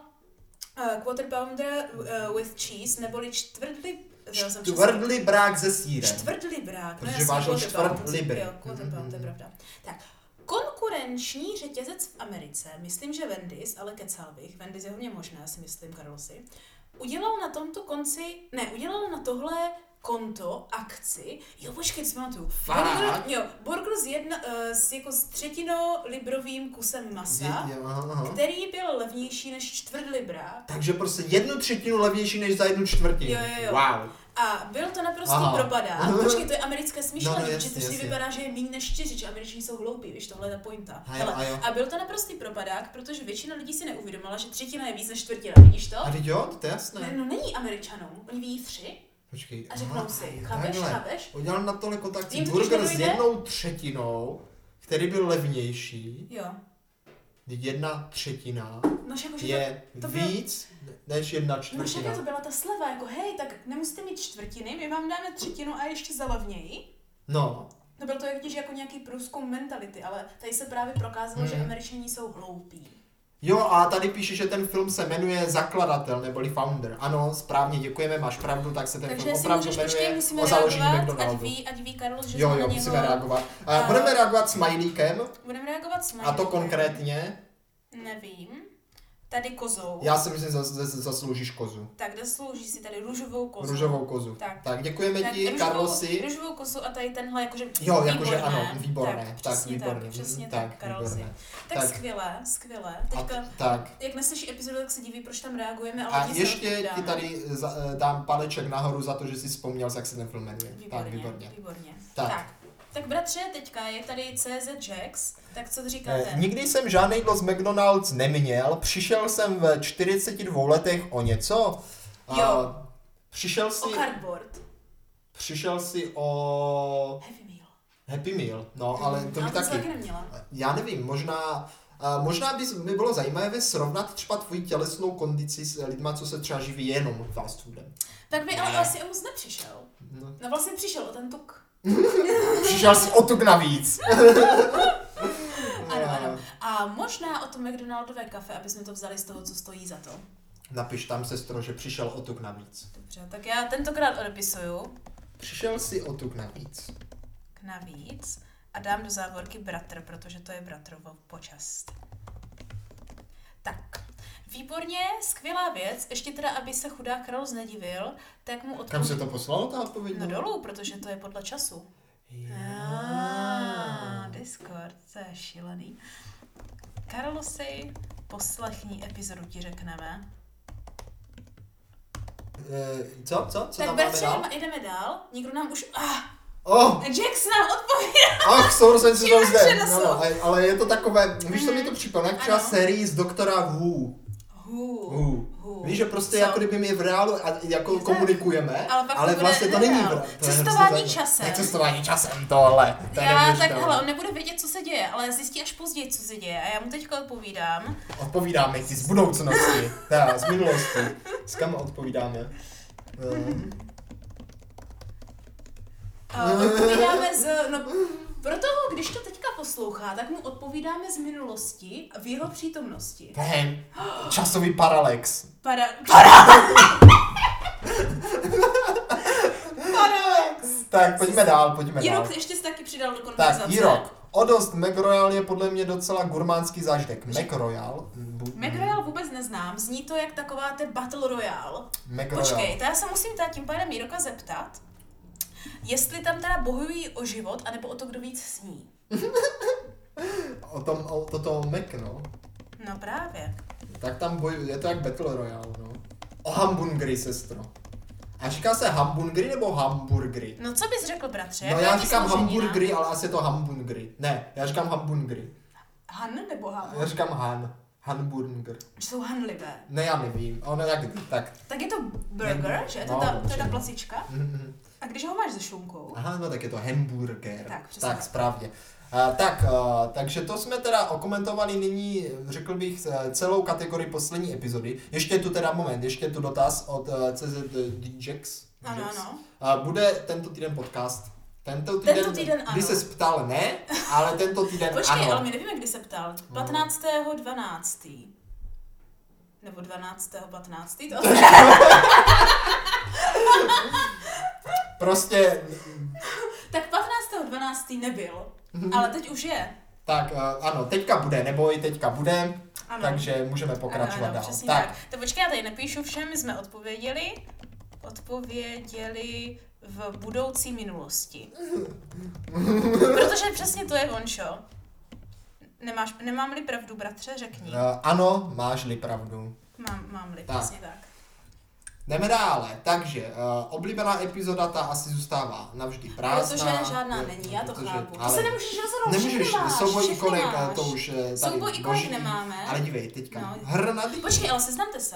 S2: uh, Quarter Pounder eh, with Cheese, neboli čtvrtli... já jsem přesně-
S1: Čtvrdli brák ze sírem.
S2: Čtvrt librák, no
S1: Protože
S2: jasně,
S1: vážil
S2: quarter
S1: čtvrt
S2: pound.
S1: libry. Mm-hmm.
S2: Jo, quarter pound, to je pravda. Tak, konkurenční řetězec v Americe, myslím, že Wendy's, ale kecal bych, Wendy's je hodně možné, si myslím, Karlosi, udělal na tomto konci, ne, udělal na tohle konto, akci, jo počkej, si pamatuju,
S1: Fakt?
S2: burger, jo, burger s, jedna, eh, s jako s třetino librovým kusem masa,
S1: Jo, aha, aha.
S2: který byl levnější než čtvrt libra
S1: Takže prostě jednu třetinu levnější než za jednu čtvrtinu.
S2: Jo, jo, jo.
S1: Wow.
S2: a byl to naprosto
S1: Aha.
S2: propadá.
S1: Mhm.
S2: Počkej, to je americké smýšlení,
S1: No, no,
S2: no,
S1: jasně,
S2: že to vždy
S1: jasně.
S2: vypadá, že je méně než čtyři, že američané jsou hloupí, víš, tohle je ta pointa.
S1: A jo, a jo.
S2: a byl to naprostý propadák, protože většina lidí si neuvědomila, že třetina je víc než čtvrtina, vidíš to?
S1: A teď jo, to je
S2: Ne,
S1: jasné.
S2: no není američanům, oni ví tři
S1: Počkej.
S2: a řeknou
S1: aha,
S2: si,
S1: jo,
S2: chápeš,
S1: takhle.
S2: chápeš?
S1: Udělal na tolik akcí
S2: Jim to
S1: burger
S2: už
S1: s
S2: nedojde?
S1: jednou třetinou, který byl levnější,
S2: Jo.
S1: jedna třetina
S2: No však už je
S1: je
S2: to byl-
S1: víc než jedna
S2: to, no však
S1: čtvrtina.
S2: je to byla ta sleva, jako hej, tak nemusíte mít čtvrtiny, my vám dáme třetinu a ještě za levněji.
S1: No,
S2: No byl to jak když jako nějaký průzkum mentality, ale tady se právě prokázalo,
S1: Hmm.
S2: že američané jsou hloupí.
S1: Jo, a tady píše, že ten film se jmenuje Zakladatel, neboli Founder. Ano, správně, děkujeme, máš pravdu, tak se ten
S2: Takže
S1: film
S2: si
S1: opravdu
S2: můžeš, počkej,
S1: jmenuje
S2: musíme
S1: o založení
S2: reagovat, ať
S1: McDonaldu.
S2: ví, ať ví Karol, že
S1: Jo,
S2: jsme
S1: jo,
S2: na
S1: musíme
S2: něho... Eh,
S1: reagovat. A
S2: A-
S1: budeme reagovat s Majlíkem,
S2: Budeme reagovat s
S1: a to
S2: Majdou.
S1: konkrétně.
S2: Nevím. Tady kozou.
S1: Já si myslím, že zas- zas- zasloužíš kozu.
S2: Tak zaslouží si tady růžovou kozu.
S1: Růžovou kozu.
S2: Tak.
S1: Tak děkujeme
S2: Tak
S1: ti,
S2: růžovou-
S1: Karlosi.
S2: Růžovou kozu a tady tenhle jakože
S1: Jo, jakože
S2: výborné.
S1: ano, výborné.
S2: Tak,
S1: Tak,
S2: přesně tak,
S1: výborné.
S2: přesně
S1: Mhm,
S2: tak,
S1: tak,
S2: Karolsi.
S1: výborné.
S2: Tak,
S1: Tak.
S2: skvělé, skvělé.
S1: A
S2: Teďka,
S1: t- Tak.
S2: jak neslyší epizodu, tak se diví, proč tam reagujeme,
S1: A
S2: ale lidi se
S1: ještě ti
S2: odpovídáme.
S1: tady za- eh, dám paleček nahoru za to, že jsi vzpomněl, jak se ten film jmenuje. Tak,
S2: Výborně,
S1: výborně.
S2: výborně.
S1: Tak.
S2: Tak. tak. Tak bratře, teďka je tady CZ Jax, tak co říkáte?
S1: Eh, Nikdy jsem žádný jídlo z McDonald's neměl, přišel jsem ve 42 letech o něco. A
S2: Jo.
S1: Přišel
S2: O
S1: si,
S2: cardboard.
S1: přišel si o
S2: Heavy meal.
S1: Happy Meal,
S2: Mhm.
S1: no ale to by
S2: Ale jsem taky
S1: taky.
S2: neměla.
S1: Já nevím, možná, a možná by by bylo zajímavé srovnat třeba tvoji tělesnou kondici s lidma, co se třeba živí jenom fast foodem.
S2: Tak by ale
S1: Ne.
S2: asi o moc nepřišel.
S1: No.
S2: No vlastně přišel o ten tuk.
S1: Přišel si o tuk navíc. No.
S2: Ano, ano. A možná o to McDonaldové kafe, aby jsme to vzali z toho, co stojí za to.
S1: Napiš tam, sestro, že přišel o tuk navíc.
S2: Dobře, tak já tentokrát odepisuju
S1: Přišel si o tuk navíc.
S2: k navíc a dám do závorky bratr, protože to je bratrovo počast. Tak, výborně, skvělá věc, ještě teda, aby se chudák Karol znedivil, tak mu
S1: Kam se
S2: odpovím.
S1: to poslalo, ta odpověď?
S2: No dolů, protože to je podle času. Ah, Discord, to je šílený. Karlo si poslechní epizodu ti řekneme.
S1: Eh, Co, co, co
S2: tak
S1: tam máme
S2: bratře,
S1: dál?
S2: jdeme- jdeme dál. Nikdo nám už... Ah,
S1: Oh,
S2: Jax nám odpoví.
S1: ach, sourozen si to
S2: Příliš
S1: zde.
S2: přenesu.
S1: No, no, ale- ale je to takové, víš, co mi to připadá, jak třeba
S2: Mhm. Ano.
S1: sérii z doktora Who.
S2: Hu.
S1: Who.
S2: Who.
S1: Víš, že prostě
S2: Co?
S1: jako kdyby my v reálu a jako
S2: Je to-
S1: komunikujeme,
S2: ale pak
S1: ale
S2: to
S1: vlastně to
S2: bude
S1: není v
S2: nereál.
S1: reálu. To je
S2: Cestování
S1: hrozně zajímavé.
S2: časem.
S1: Tak Cestování časem tohle. To je
S2: Já tak,
S1: neuvěřitelné.
S2: hele, on nebude vědět, co se děje, ale zjistí až později, co se děje. A já mu teďka odpovídám.
S1: Odpovídáme si z budoucnosti, teda z minulosti. S kam odpovídáme? Eh,
S2: Uh, odpovídáme z... No, pro toho, když to teďka poslouchá, tak mu odpovídáme z minulosti v jeho přítomnosti.
S1: To je časový paralex.
S2: Para... Para... Para...
S1: Tak pojďme dál, pojďme dál.
S2: Jirok ještě se taky přidal do konverzace.
S1: Tak, Jirok. O dost McRoyal je podle mě docela gurmánský zážitek. McRoyal?
S2: Mac Royale vůbec neznám, zní to jak taková te Battle Royale. Počkej,
S1: McRoyal.
S2: to já se musím teda tím pádem Jiroka zeptat, jestli tam teda bojují o život, anebo o to, kdo víc sní.
S1: O tom, o toto Mac, no.
S2: No právě.
S1: Tak tam boj, je to jak Battle Royale, no. O hamburgery, sestro. A říká se hamburgery nebo hamburgery?
S2: No co bys řekl, bratře?
S1: No
S2: jaká
S1: já
S2: ti
S1: říkám
S2: složenina?
S1: hamburgery, ale asi je to hamburgery. Ne, já říkám hamburgery.
S2: Han nebo
S1: Já
S2: Han?
S1: říkám han. Hamburger.
S2: Jsou hanlivé.
S1: Ne, já nevím. Ono jak tak.
S2: Tak je to burger, že? To,
S1: No,
S2: je ta, to je ta
S1: dobře.
S2: placička.
S1: Mhm.
S2: A když ho máš se šunkou,
S1: Aha, no tak je to hamburger.
S2: Tak, přesně
S1: tak
S2: tak.
S1: správně. A, tak, a, takže to jsme teda okomentovali nyní, řekl bych, eh, celou kategorii poslední epizody. Ještě tu teda moment, ještě tu dotaz od eh, CZ Jax.
S2: ano, ano.
S1: A bude tento týden podcast. Tento týden,
S2: Tento týden ano.
S1: Kdy se ptal ne, ale tento týden
S2: Počkej,
S1: Eh, ano. Mm.
S2: ale my nevíme, kdy se ptal. 15.12. Nebo 12.15. To asi
S1: Prostě,
S2: Tak
S1: Mhm.
S2: 15.12. nebyl, ale teď už je.
S1: e, tak eh, ano, teďka bude, neboj, teďka bude.
S2: Ano.
S1: Takže můžeme pokračovat dál.
S2: ano, Eh, no, přesně
S1: Tak,
S2: tak. tak. To počkej, já tady napíšu všem, my jsme odpověděli. Odpověděli v budoucí minulosti.
S1: Mhm.
S2: Protože přesně to je Vonšo. Nemáš, nemám-li pravdu, bratře, řekni.
S1: eh, ano, máš-li pravdu.
S2: Mám, mám-li,
S1: Tak.
S2: přesně tak.
S1: Jdeme dále, takže uh, oblíbená epizoda ta asi zůstává navždy
S2: Protože
S1: prázdná.
S2: žádná není, já to
S1: protože-
S2: chápu. To
S1: ale
S2: se nemůžeš rozhodnout,
S1: Nemůžeš,
S2: všechny máš,
S1: souboj
S2: všechny
S1: ikonek,
S2: máš.
S1: to už eh, tady
S2: Souboj ikonek
S1: boží.
S2: nemáme.
S1: Ale dívej, teďka,
S2: No.
S1: no. hrnatý.
S2: Počkej, ale seznamte se.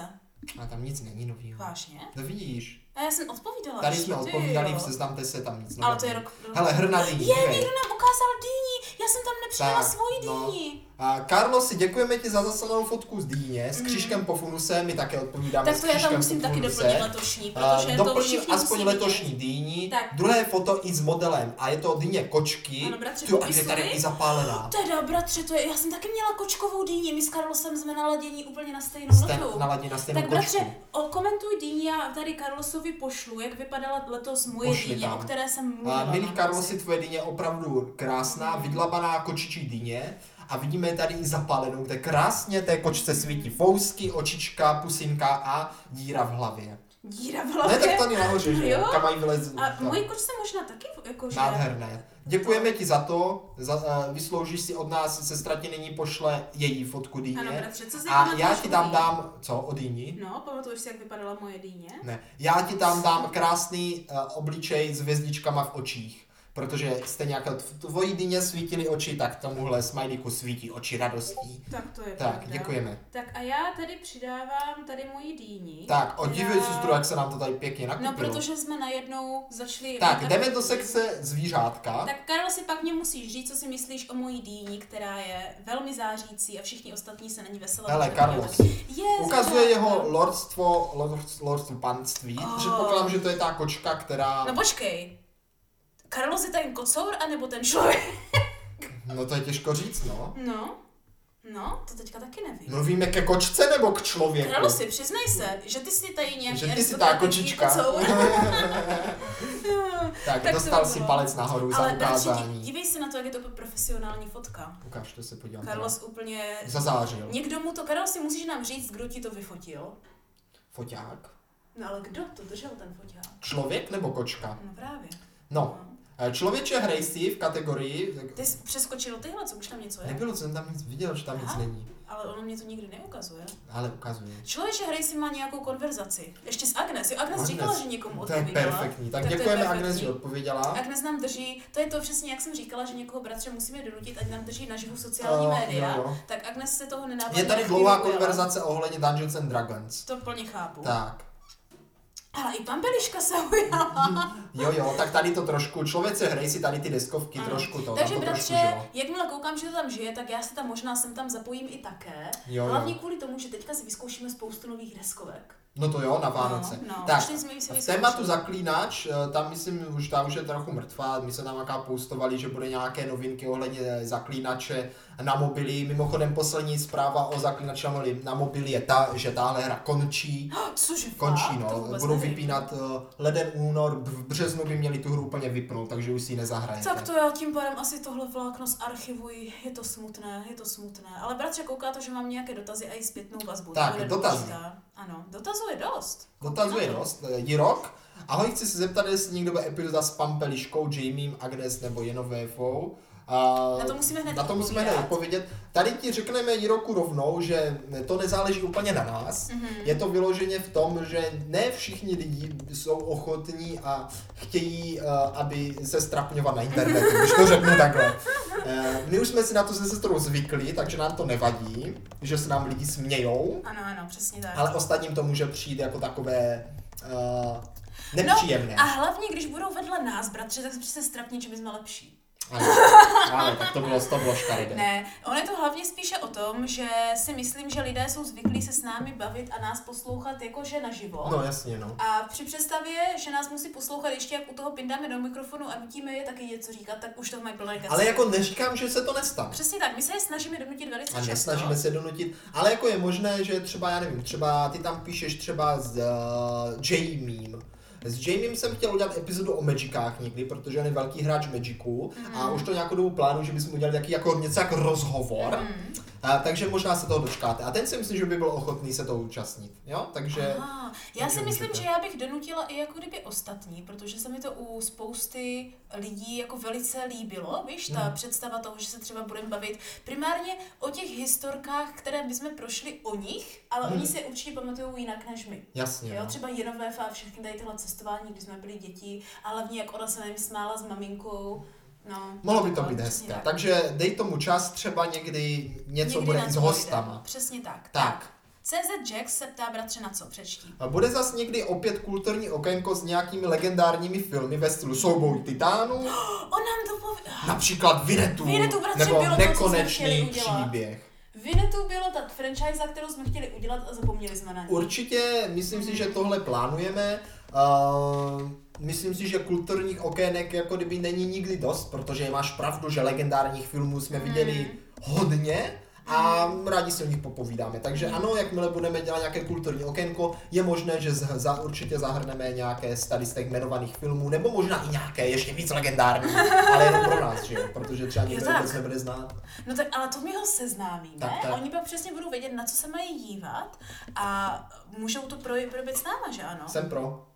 S1: A tam nic není novýho.
S2: Vážně?
S1: No vidíš,
S2: A já jsem odpovídala.
S1: tady
S2: No, ještě,
S1: jsme
S2: ty
S1: odpovídali,
S2: jo.
S1: v seznamte se tam nic
S2: Ale to je
S1: nového.
S2: rok...
S1: Hele, hrnatý,
S2: Je,
S1: dívej.
S2: někdo nám ukázal dýni, já jsem tam nepřidala
S1: Tak,
S2: svoji
S1: no.
S2: dýni.
S1: A Karlosi, děkujeme ti za zaslanou fotku z Dýně, s křížkem po funuse, my také odpovídáme
S2: Mhm. Tak
S1: s
S2: to já tam
S1: křížkem
S2: musím
S1: po
S2: taky
S1: funuse.
S2: doplnit letošní,
S1: A
S2: protože to
S1: doplnil
S2: všichni
S1: Eh, aspoň
S2: musí vidět.
S1: letošní dýní,
S2: Tak.
S1: druhé foto i s modelem a je to dýně kočky,
S2: Ano, bratře,
S1: Tyjo, a je
S2: popisuj.
S1: tady i zapálená.
S2: Teda, bratře, to je, já jsem taky měla kočkovou dýni, my s Karlosem jsme naladění úplně na stejnou
S1: Jste
S2: notu.
S1: naladí na stejnou
S2: Tak bratře,
S1: kočku.
S2: o, komentuj dýni, já tady Karlosovi pošlu, jak vypadala letos moje
S1: Pošli
S2: dýně,
S1: tam.
S2: o které jsem mluvila.
S1: A milý
S2: na
S1: Eh, Karlosi, tvoje dýně je opravdu krásná, vydlabaná kočičí dýně. A vidíme tady i zapálenou, to je krásně, té kočce svítí fousky, očička, pusinka a díra v hlavě.
S2: Díra v
S1: Ne,
S2: hlavě.
S1: tak tady nahoře, že jo,
S2: Jo?
S1: kam mají vylez.
S2: A
S1: tam.
S2: moje kočce možná taky, jakože...
S1: Nádherné. Děkujeme ti za to, za, eh, vysloužíš si od nás, sestra ti nyní pošle její fotku dýně.
S2: Ano, bratře, co si
S1: A
S2: pamatuješ
S1: já ti tam
S2: o
S1: dám, co, od dýni?
S2: No, pamatuješ si, jak vypadala moje dýně?
S1: Ne. Já ti tam dám krásný uh, obličej s hvězdičkama v očích. Protože stejně jako v tvojí dýně svítily oči, tak tomuhle smajlíku svítí oči radostí.
S2: Tak to je
S1: Tak,
S2: pravda.
S1: děkujeme.
S2: Tak a já tady přidávám tady moji dýni.
S1: Tak, odívej
S2: která-
S1: sestru, jak se nám to tady pěkně
S2: No,
S1: nakupilo.
S2: protože jsme najednou začali...
S1: Tak, jdeme do sekce zvířátka.
S2: Tak Karel si pak mě musíš říct, co si myslíš o mojí dýni, která je velmi zářící a všichni ostatní se na ní veselé.
S1: Hele, Carlos,
S2: Je,
S1: Ukazuje
S2: zrovna.
S1: jeho lordstvo, lord, lordstvo panství.
S2: Oh.
S1: Předpokládám, že to je ta kočka, která...
S2: No počkej. Carlos je ten kocour, anebo ten člověk?
S1: No to je těžko říct, no.
S2: No, no, to teďka taky nevím.
S1: Mluvíme ke kočce nebo k člověku?
S2: Karlosi, přiznej se, že ty jsi tady nějaký
S1: jako- Že ty jsi ta
S2: aristokratický
S1: kočička.
S2: kocour.
S1: Tak,
S2: Tak to
S1: dostal
S2: by
S1: si
S2: bylo.
S1: palec nahoru
S2: Ale
S1: za
S2: bratři, dí-
S1: ukázání.
S2: dívej se na to, jak je to po- profesionální fotka.
S1: Ukáž, to se podívám. Carlos...
S2: Carlos úplně...
S1: Zazářil.
S2: Někdo mu to, Karel si musíš nám říct, kdo ti to vyfotil.
S1: Foťák.
S2: No ale kdo to držel ten foťák?
S1: Člověk nebo kočka?
S2: No právě.
S1: No, eh, člověče hraj si v kategorii...
S2: Ty jsi přeskočil tyhle, co už tam něco je?
S1: Nebylo, jsem tam nic viděl, že tam nic
S2: Aha.
S1: není.
S2: Ale ono mě to nikdy neukazuje.
S1: Ale ukazuje.
S2: Člověče, hry si má nějakou konverzaci. Ještě s Agnes. Jo, Agnes,
S1: Agnes,
S2: říkala, že někomu
S1: To je
S2: odpověděla.
S1: perfektní. Tak,
S2: Tak to je
S1: děkujeme
S2: perfektní.
S1: Agnes, že odpověděla.
S2: Agnes nám drží, to je to přesně, jak jsem říkala, že někoho bratře musíme donutit, ať nám drží naživu sociální
S1: Eh,
S2: média.
S1: jo, jo.
S2: Tak Agnes se toho nenápadně
S1: Je tady
S2: na
S1: dlouhá
S2: chvíli ujala.
S1: konverzace ohledně Dungeons and Dragons.
S2: To plně chápu.
S1: Tak.
S2: Ale i pampeliška se
S1: No,
S2: ujala.
S1: Jo, jo, tak tady to trošku, člověče, hraj si tady ty deskovky
S2: Ano.
S1: trošku to,
S2: Takže
S1: tam to trošku
S2: bratře,
S1: žilo.
S2: jakmile koukám, že to tam žije, tak já se tam možná sem tam zapojím i také.
S1: Jo, jo.
S2: Hlavně kvůli tomu, že teďka si vyzkoušíme spoustu nových deskovek.
S1: No to jo, na Vánoce.
S2: No, no,
S1: tak,
S2: už teď jsme jim si
S1: v
S2: vyzkoušeli.
S1: tématu zaklínač, eh, tam myslím, už ta už je trochu mrtvá, my se tam jaká poustovali, že bude nějaké novinky ohledně eh, zaklínače na mobily. Mimochodem poslední zpráva o zaklínači na mobily- na mobily je ta, že tahle hra končí.
S2: Cože?
S1: Končí,
S2: fakt? To
S1: no.
S2: vůbec
S1: Budou
S2: nevím.
S1: vypínat eh, leden, únor, v březnu by měli tu hru úplně vypnout, takže už si ji nezahrajete.
S2: Tak to já tím pádem asi tohle vlákno zarchivuji. Je to smutné, je to smutné. Ale bratře kouká to, že mám nějaké dotazy a i zpětnou vazbu.
S1: Tak,
S2: To bude
S1: dotazy.
S2: důležitá. Ano, dotazů je dost.
S1: Dotazuje dost, eh, Jirok. Ahoj, chci se zeptat, jestli někdo bude epizoda s Pampeliškou, Jamiem, Agnes nebo Jenovéfou. A
S2: Na to musíme hned
S1: na to musíme hned
S2: odpovídat.
S1: odpovědět. Tady ti řekneme Jiroku rovnou, že to nezáleží úplně na nás.
S2: Mhm.
S1: Mm-hmm. Je to vyloženě v tom, že ne všichni lidi jsou ochotní a chtějí, eh, aby se strapňovat na internetu, když to řeknu takhle. Eh, My už jsme si na to se sestrou zvykli, takže nám to nevadí, že se nám lidi smějou.
S2: Ano, ano, přesně tak.
S1: Ale ostatním to může přijít jako takové uh, nepříjemné.
S2: No, A hlavně, když budou vedle nás, bratře, tak se strapně, že my jsme lepší.
S1: Ano, ano, tak to bylo, to bylo škaredé.
S2: Ne, ono je to hlavně spíše o tom, že si myslím, že lidé jsou zvyklí se s námi bavit a nás poslouchat jakože naživo.
S1: No jasně, no.
S2: A při představě, že nás musí poslouchat ještě, jak u toho pindáme do mikrofonu a nutíme je taky něco říkat, tak už to mají plné kace.
S1: Ale jako neříkám, že se to nestane.
S2: Přesně tak, my se je snažíme donutit velice
S1: A
S2: často.
S1: nesnažíme se donutit, ale jako je možné, že třeba, já nevím, třeba ty tam píšeš třeba s uh, Jamiem. S Jamiem jsem chtěl udělat epizodu o Magicách někdy, protože on je
S2: Mhm. Mhm.
S1: velký hráč Magicu a už to nějakou dobu plánu, že bychom udělali taky jako něco jako rozhovor. A, takže možná se toho dočkáte. A ten si myslím, že by byl ochotný se toho účastnit. Jo? Takže
S2: Aha, já si
S1: Takže
S2: myslím,
S1: můžete.
S2: že já bych donutila i jako kdyby ostatní, protože se mi to u spousty lidí jako velice líbilo, víš, ta
S1: Hmm.
S2: představa toho, že se třeba budeme bavit primárně o těch historkách, které my jsme prošli o nich, ale
S1: Hmm.
S2: oni se určitě pamatují jinak než my.
S1: jasně.
S2: Jo,
S1: no.
S2: třeba Jenovéf a všechny tady tyhle cestování, když jsme byli děti a hlavně jak ona se nevím, smála s maminkou. No,
S1: Mohlo by to
S2: no,
S1: být
S2: přesně
S1: hezké.
S2: tak.
S1: Takže dej tomu čas, třeba někdy něco
S2: Někdy
S1: bude
S2: na
S1: i s
S2: to dojde.
S1: hostama.
S2: Přesně tak.
S1: Tak.
S2: CZ Jax se ptá bratře na co přečtí.
S1: A Bude zas někdy opět kulturní okénko s nějakými legendárními filmy ve stylu Souboj titánů,
S2: On nám to poví...
S1: například Vinetu,
S2: Vinetu, bratře,
S1: nebo
S2: bylo to, co jsme chtěli
S1: Nekonečný
S2: udělat.
S1: příběh.
S2: Vinetu byla ta franchise, kterou jsme chtěli udělat a zapomněli jsme na ní.
S1: Určitě, myslím si, že tohle plánujeme. Uh, myslím si, že kulturních okének jako kdyby není nikdy dost, protože máš pravdu, že legendárních filmů jsme viděli
S2: Hmm.
S1: hodně a rádi si o nich popovídáme. Takže ano, jakmile budeme dělat nějaké kulturní okénko, je možné, že z- za, určitě zahrneme nějaké z tady z těch jmenovaných filmů, nebo možná i nějaké ještě víc legendární, ale jenom pro nás, že jo? Protože třeba
S2: Je
S1: nikdo
S2: tak.
S1: je vůbec nebude znát.
S2: No tak ale to my ho seznámíme,
S1: Tak, tak.
S2: oni pak přesně budou vědět, na co se mají dívat a můžou to projít probět s náma, že ano?
S1: Jsem pro.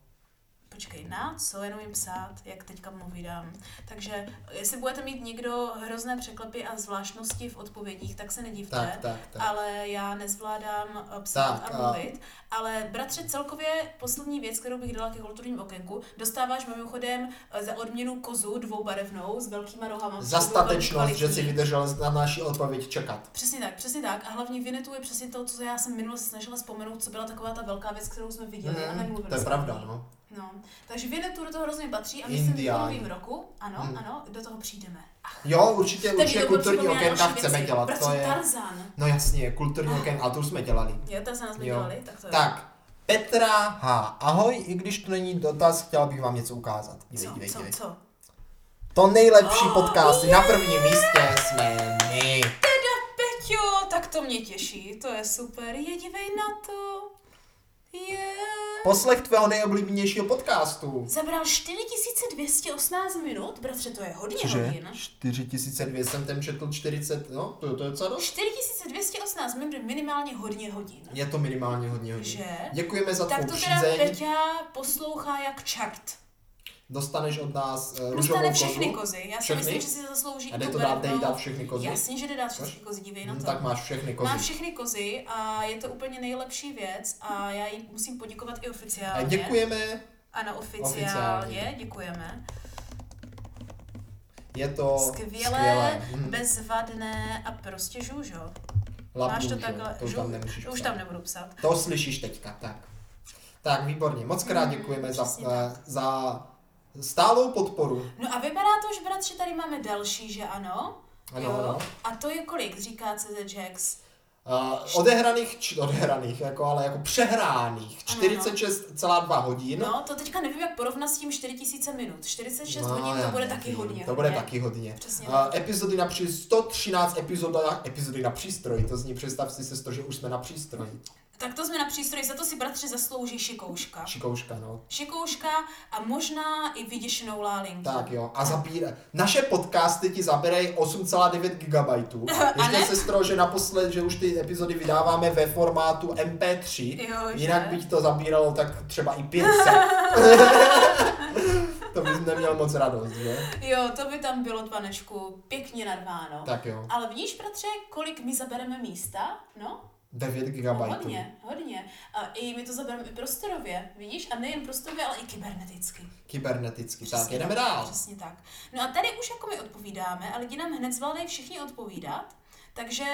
S2: Počkej, na co jenom jim psát, jak teďka mluvím. Takže jestli budete mít někdo hrozné překlepy a zvláštnosti v odpovědích, tak se nedívte.
S1: Tak, tak, tak.
S2: Ale já nezvládám eh, psát
S1: Tak,
S2: a
S1: a-
S2: mluvit. Ale bratře, celkově poslední věc, kterou bych dala ke kulturním okénku, dostáváš mimochodem eh, za odměnu kozu dvoubarevnou s velkýma rohama.
S1: Za statečnost,
S2: Velmi
S1: že si
S2: kvalitní.
S1: vydržel na naši odpověď čekat.
S2: Přesně tak, přesně tak. A hlavně Vinetu je přesně to, co já jsem minule se snažila vzpomenout, co byla taková ta velká věc, kterou jsme viděli a
S1: Mm,
S2: nemluvili
S1: to je
S2: jsme o
S1: pravda,
S2: ní.
S1: no.
S2: No, takže Vinetu do toho hrozně patří a myslím, že v
S1: Indiáni.
S2: novém roku, ano,
S1: Hmm.
S2: ano, do toho přijdeme.
S1: Jo, určitě,
S2: Takže
S1: určitě
S2: to bylo
S1: kulturní
S2: připomíná
S1: okénka
S2: další
S1: chceme
S2: věci.
S1: dělat,
S2: Bratři
S1: to je...
S2: Tarzan.
S1: No jasně, kulturní okénka, ale to už jsme dělali.
S2: Jo, Tarzan Ah. jsme
S1: Jo.
S2: dělali, tak to jo.
S1: Tak, Petra H. Ahoj, i když to není dotaz, chtěla bych vám něco ukázat. Dívej,
S2: Co,
S1: dívej,
S2: co,
S1: dívej.
S2: co?
S1: To nejlepší
S2: Oh,
S1: podcasty, na prvním místě jsme my.
S2: Peťo, tak to mě těší, to je super. Je, dívej na to. Je.
S1: Poslech tvého nejoblíbenějšího podcastu.
S2: Zabral 4218 minut, bratře, to je hodně no? hodin.
S1: 4200 jsem ten četl 40, no, to, to je docela dost.
S2: 4218 minut je minimálně hodně hodin.
S1: Je to minimálně hodně hodin.
S2: Že?
S1: Děkujeme za
S2: Tak
S1: tvou
S2: to teda
S1: přízeň.
S2: Peťa poslouchá jak čert.
S1: Dostaneš od nás eh, růžovou
S2: Dostane všechny
S1: kozu.
S2: kozy. Já si
S1: Všechny?
S2: myslím, že si zaslouží
S1: A
S2: i
S1: jde
S2: tu
S1: to dát,
S2: barevnou.
S1: dej dát všechny kozy?
S2: Jasně, že jde dát všechny kozy, dívej na
S1: Hmm,
S2: to.
S1: tak máš všechny kozy.
S2: Mám všechny kozy a je to úplně nejlepší věc a já jí musím poděkovat i
S1: A
S2: oficiálně.
S1: děkujeme,
S2: Ano, oficiálně,
S1: Oficiálně.
S2: děkujeme.
S1: je to
S2: Skvělé,
S1: skvělé. Hm,
S2: bezvadné a prostě žůžo.
S1: lapu
S2: Máš to
S1: už,
S2: takhle,
S1: to už
S2: žu-
S1: tam nemusíš
S2: to už
S1: psát.
S2: tam nebudu psát.
S1: To slyšíš teďka, tak. Tak, výborně, moc krát
S2: Mm,
S1: děkujeme za,
S2: přesně
S1: eh, za stálou podporu.
S2: No a vypadá to už, bratře, tady máme další, že ano?
S1: Ano,
S2: jo?
S1: ano.
S2: A to je kolik, říká CZ Jax?
S1: Uh, odehraných, č- odehraných, jako, ale jako přehráných,
S2: Ano.
S1: 46,2 hodin.
S2: No, to teďka nevím, jak porovnat s tím 4000 minut. 46
S1: No,
S2: hodin, to
S1: já
S2: bude
S1: nevím,
S2: taky hodně.
S1: To bude
S2: ne?
S1: taky hodně.
S2: Přesně
S1: Uh,
S2: tak.
S1: epizody na při 113 epizoda, epizody na přístroji, to zní, představ si sestro, že už jsme na přístroji.
S2: Tak to jsme na přístroji, za to si bratři zaslouží šikouška.
S1: Šikouška, no.
S2: Šikouška a možná i vyděšenou lálinku.
S1: Tak jo, a zabíra. Naše podcasty ti zaberají 8,9 GB.
S2: A ne?
S1: Ještě sestro, že naposled, že už ty epizody vydáváme ve formátu MP3,
S2: Jo, že?
S1: jinak by ti to zabíralo tak třeba i 500. to bys neměl moc radost, že?
S2: Jo, to by tam bylo, panečku, pěkně nadváno.
S1: Tak jo,
S2: Ale vidíš, bratře, kolik my zabereme místa? No,
S1: 9 GB.
S2: no hodně, hodně. A i my to zabereme i prostorově, vidíš? A nejen prostorově, ale i kyberneticky.
S1: Kyberneticky. tak,
S2: Přesně
S1: jedeme dál.
S2: Přesně tak. No a tady už jako my odpovídáme a lidi nám hned zvládají všichni odpovídat. Takže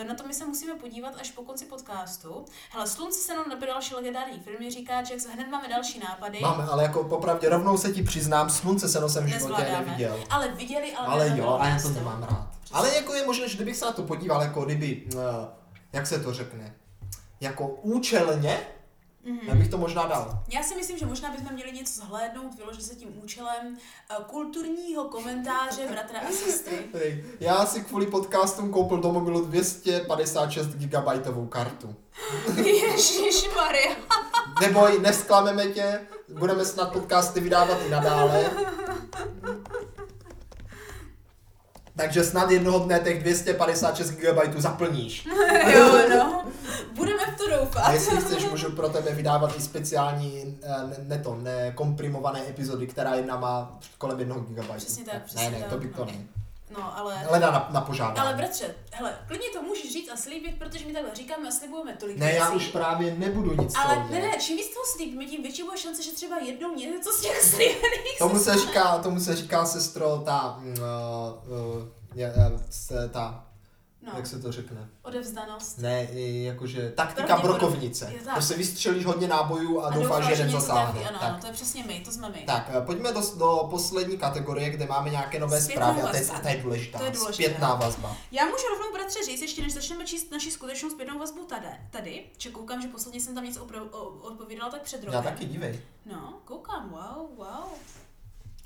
S2: eh, na to my se musíme podívat až po konci podcastu. Hele, Slunce se nám nabíral další legendární filmy, říká Jack, hned máme další nápady.
S1: Máme, ale jako popravdě rovnou se ti přiznám, slunce se nosem v životě neviděl.
S2: Ale viděli, ale, prostě.
S1: Ale
S2: nezaujalo
S1: jo, a já
S2: nás
S1: to nemám rád. Ale jako je možné, že kdybych se na to podíval, jako kdyby, eh, jak se to řekne, jako účelně, mm-hmm. já bych to možná dal.
S2: Já si myslím, že možná bychom měli něco zhlédnout, vyložit se tím účelem eh, kulturního komentáře bratra a sestry.
S1: Hej, Já si kvůli podcastům koupil do mobilu 256 gigabajtovou kartu.
S2: Ježíš Maria.
S1: Neboj, nevzklameme tě, budeme snad podcasty vydávat i nadále. Takže snad jednoho dne těch 256 GB zaplníš.
S2: jo, no. Budeme v to
S1: A
S2: doufat.
S1: jestli chceš, můžu pro tebe vydávat i speciální, eh, ne, ne to, ne, komprimované epizody, která jedna má kolem jednoho gigabajtu.
S2: Přesně tak,
S1: Ne,
S2: přesně
S1: ne,
S2: tak,
S1: to by
S2: no.
S1: to ne.
S2: No, ale...
S1: Leda na, na požádání.
S2: Ale bratře, hele, klidně to můžeš říct a slíbit, protože my takhle říkáme a slibujeme tolik
S1: Ne, já
S2: věcí.
S1: už no. právě nebudu nic
S2: Ale
S1: slíbit.
S2: ne, ne, čím víc toho slíbíme, tím větší bude šance, že třeba jednou něco z těch slíbených
S1: Tomu se říká, tomu se říká sestro ta, mm, eh, eh, je, eh, se- ta,
S2: No,
S1: jak se to řekne?
S2: odevzdanost.
S1: Ne, i jakože taktika
S2: Pravděpodobně-
S1: brokovnice.
S2: je tak.
S1: To si vystřelíš hodně nábojů a, doufáš, že jeden
S2: něco
S1: zasáhne.
S2: Ano,
S1: Tak.
S2: ano, to je přesně my, to jsme my.
S1: Tak, eh, pojďme do, do poslední kategorie, kde máme nějaké nové
S2: Zpětná
S1: zprávy. A, teď,
S2: vazba.
S1: a ta je důležitá.
S2: To je důležité.
S1: Zpětná vazba.
S2: Já můžu rovnou bratře říct, ještě než začneme číst naši skutečnou zpětnou vazbu tady, tady že koukám, že posledně jsem tam něco opra- o- odpovídala tak před rokem.
S1: Já taky, dívej.
S2: No, koukám, wow, wow.